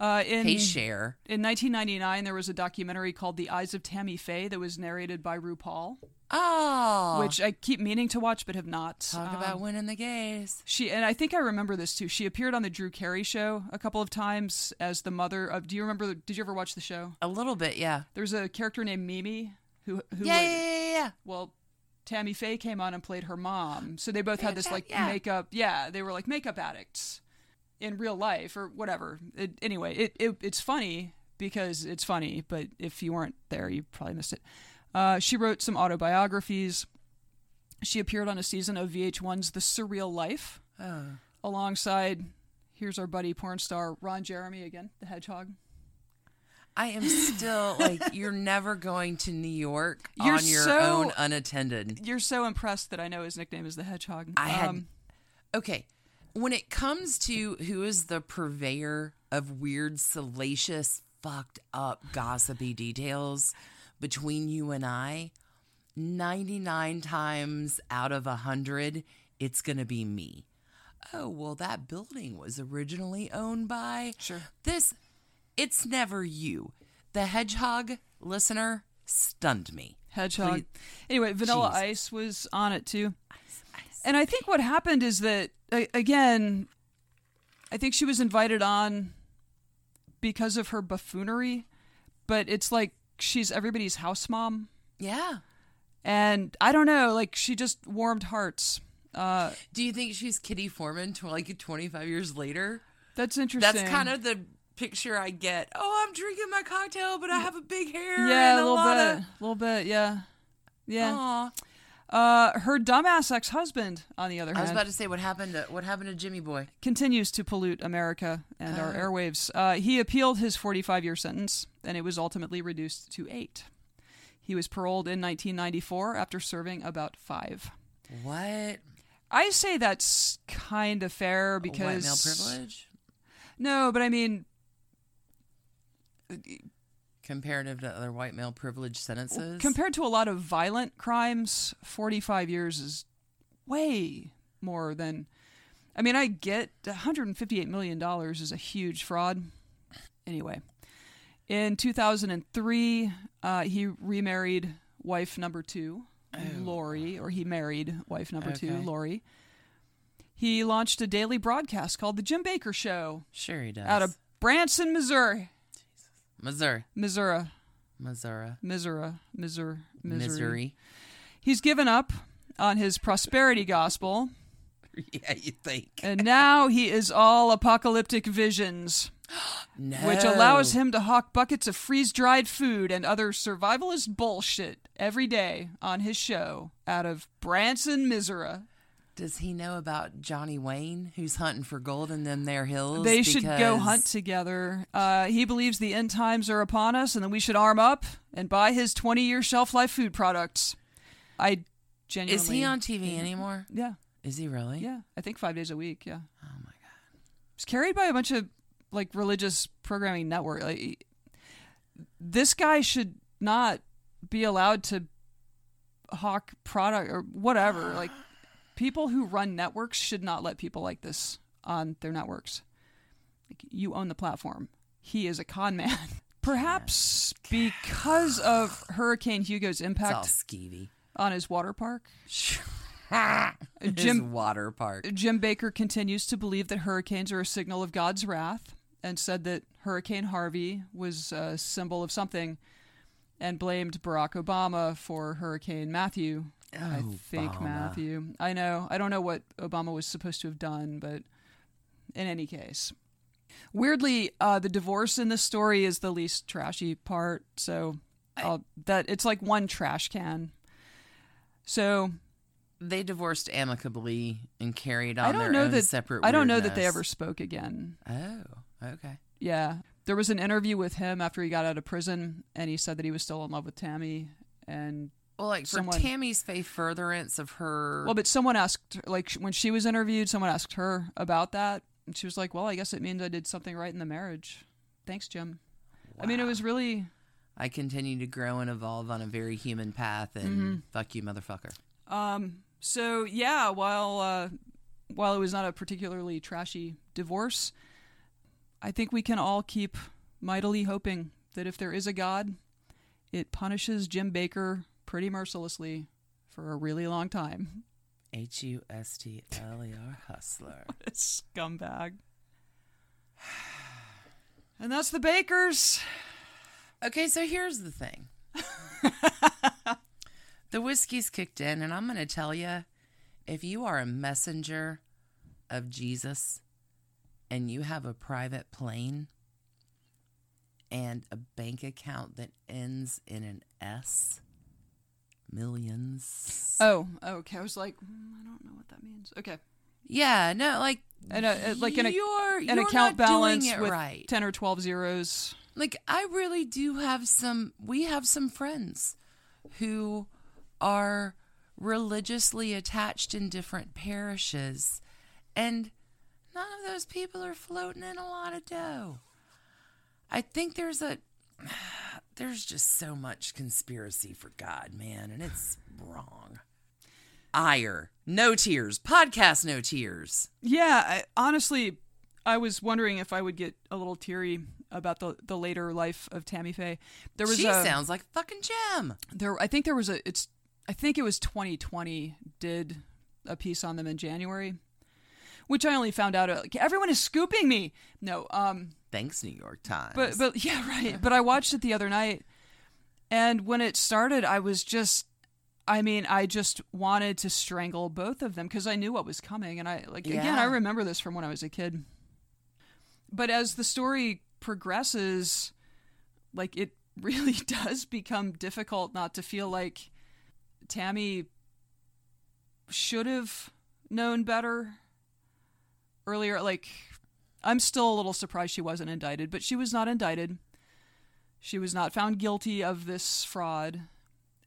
Uh, in Hey, share. in 1999, there was a documentary called "The Eyes of Tammy Faye" that was narrated by RuPaul, Oh. which I keep meaning to watch but have not. Talk Um, about winning the gays. She and I think I remember this too. She appeared on the Drew Carey show a couple of times as the mother of. Do you remember? the- Did you ever watch the show? A little bit, yeah. There's a character named Mimi who who Yeah, yeah, would- yeah, yeah. well, Tammy Faye came on and played her mom. So they both had this like Fantastic, yeah. makeup. Yeah, they were like makeup addicts in real life or whatever. It, anyway, it, it it's funny because it's funny, but if you weren't there, you probably missed it. Uh, she wrote some autobiographies. She appeared on a season of VH1's The Surreal Life Oh. alongside here's our buddy porn star Ron Jeremy again, the hedgehog. I am still like you're never going to New York You're on your so- own unattended. You're so impressed that I know his nickname is the hedgehog. Um, I had okay. When it comes to who is the purveyor of weird, salacious, fucked up, gossipy details between you and I, ninety nine times out of hundred, it's gonna be me. Oh well, that building was originally owned by Sure. this. It's never you. The hedgehog listener stunned me. Hedgehog. Please. Anyway, Vanilla Jeez. Ice was on it too. And I think what happened is that a- again, I think she was invited on because of her buffoonery, but it's like she's everybody's house mom, Yeah. and I don't know, like she just warmed hearts. Uh, Do you think she's Kitty Foreman to like 25 years later? that's interesting. That's kind of the picture I get. Oh, I'm drinking my cocktail, but I have a big hair. yeah, a and a, little lot bit, Of, a little bit, yeah, yeah. Aw. Uh, her dumbass ex-husband, on the other I was hand, about to say what happened to what happened to Jimmy Boy. continues to pollute America and our airwaves. Uh, he appealed his 45 year sentence, and it was ultimately reduced to eight. He was paroled in 1994 after serving about five. What? I say that's kind of fair White because. male privilege No, but I mean, comparative to other white male privilege sentences. compared to a lot of violent crimes, 45 years is way more than. I mean, I get $158 million is a huge fraud, Anyway, in 2003, uh, he remarried wife number two, Lori, or he married wife number two, Okay. Lori. He launched a daily broadcast called The Jim Baker Show Sure he does. out of Branson, Missouri. Missouri. Missouri. Missouri. Missouri. Missouri. Missouri. Missouri. He's given up on his prosperity gospel, Yeah, you think. and now he is all apocalyptic visions. No. which allows him to hawk buckets of freeze dried food and other survivalist bullshit every day on his show out of Branson, Missouri. Does he know about Johnny Wayne, who's hunting for gold in them there hills? They should go Because- hunt together. Uh, he believes the end times are upon us and that we should arm up and buy his 20 year shelf life food products. I genuinely. Is he on TV anymore? Yeah, Is he really? yeah. I think five days a week. Yeah. Oh my god. It's carried by a bunch of like religious programming network. Like, this guy should not be allowed to hawk product or whatever. Like people who run networks should not let people like this on their networks. Like, you own the platform. He is a con man. Perhaps because of Hurricane It's Hugo's all impact skeevy. on his water park, His water park. Jim Baker continues to believe that hurricanes are a signal of God's wrath and said that Hurricane Harvey was a symbol of something and blamed Barack Obama for Hurricane Matthew. I think Obama. Matthew. I know. I don't know what Obama was supposed to have done, but in any case. Weirdly, uh, the divorce in this story is the least trashy part. So I'll, that it's like one trash can. So They divorced amicably and carried on I don't their know own that separate I don't know that they ever weirdness. spoke again. Oh, okay. Yeah. There was an interview with him after he got out of prison, and he said that he was still in love with Tammy. And Well, like for Someone- Tammy's faith furtherance of her well, but someone asked, like, when she was interviewed, someone asked her about that. And she was like, Well, I guess it means I did something right in the marriage. Thanks, Jim. I mean, it was really, I continue to grow and evolve on a very human path and Mm-hmm. fuck you motherfucker. Um, so yeah, while uh, while it was not a particularly trashy divorce, I think we can all keep mightily hoping that if there is a God, it punishes Jim Baker pretty mercilessly for a really long time. H U S T L E R hustler. Scumbag. And that's the Bakers. Okay, so here's the thing. the whiskey's kicked in, and I'm going to tell you if you are a messenger of Jesus and you have a private plane and a bank account that ends in an S, millions. Oh, okay. I was like, mm, I don't know what that means. Okay. Yeah, no, like, And a, a- like an, ac- You're- an you're account not doing balance it with right. 10 or 12 zeros. like I really do have some we have some friends who are religiously attached in different parishes and none of those people are floating in a lot of dough. I think there's a there's just so much conspiracy for God, man, and it's wrong. Ire, no tears, podcast no tears. Yeah, I, honestly, I was wondering if I would get a little teary about the the later life of Tammy Faye. There was She a sounds like fucking Jim. there. I think there was a. It's I think it was 2020 did a piece on them in January, which I only found out. uh, Like, everyone is scooping me. No, um, Thanks, New York Times. but but yeah, right. But I watched it the other night, and when it started, I was just. I mean, I just wanted to strangle both of them because I knew what was coming, and I like again, Yeah. I remember this from when I was a kid. But as the story progresses, like it really does become difficult not to feel like Tammy should have known better earlier. Like, I'm still a little surprised she wasn't indicted, but she was not indicted. She was not found guilty of this fraud.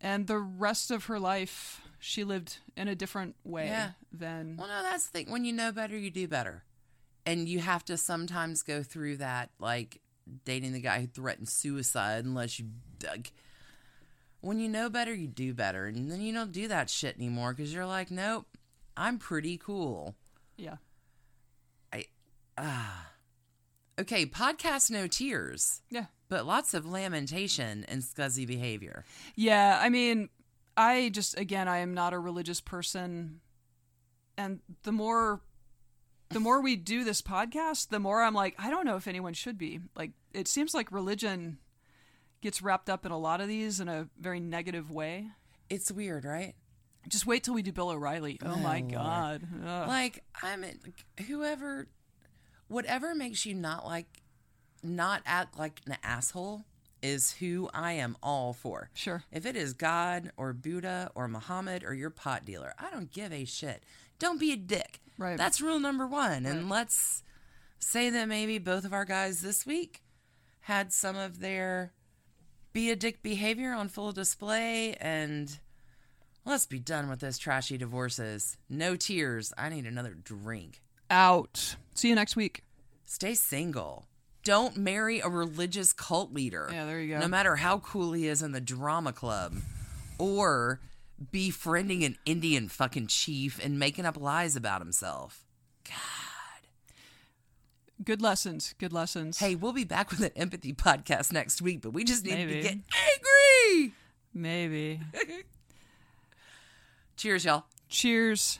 And the rest of her life, she lived in a different way Yeah. than. Well, no, that's the thing. When you know better, you do better. And you have to sometimes go through that, like dating the guy who threatened suicide, unless you, like, when you know better, you do better. And then you don't do that shit anymore because you're like, nope, I'm pretty cool. Yeah. I, ah. Okay, podcast no tears, Yeah. but lots of lamentation and scuzzy behavior. Yeah, I mean, I just again, I am not a religious person, and the more, the more we do this podcast, the more I'm like, I don't know if anyone should be. Like, it seems like religion gets wrapped up in a lot of these in a very negative way. It's weird, right? Just wait till we do Bill O'Reilly. Oh, my God. Ugh. Like I'm whoever, whatever makes you not like, not act like an asshole is who I am all for. Sure. If it is God or Buddha or Muhammad or your pot dealer, I don't give a shit. Don't be a dick. Right. That's rule number one. And let's say that maybe both of our guys this week had some of their be a dick behavior on full display and let's be done with this trashy divorces. No tears. I need another drink. Out. See you next week. Stay single. Don't marry a religious cult leader. Yeah, there you go. No matter how cool he is in the drama club or befriending an Indian fucking chief and making up lies about himself. Good lessons. Good lessons. Hey, we'll be back with an empathy podcast next week, but we just need to Maybe. get angry. Maybe. Cheers, y'all. Cheers.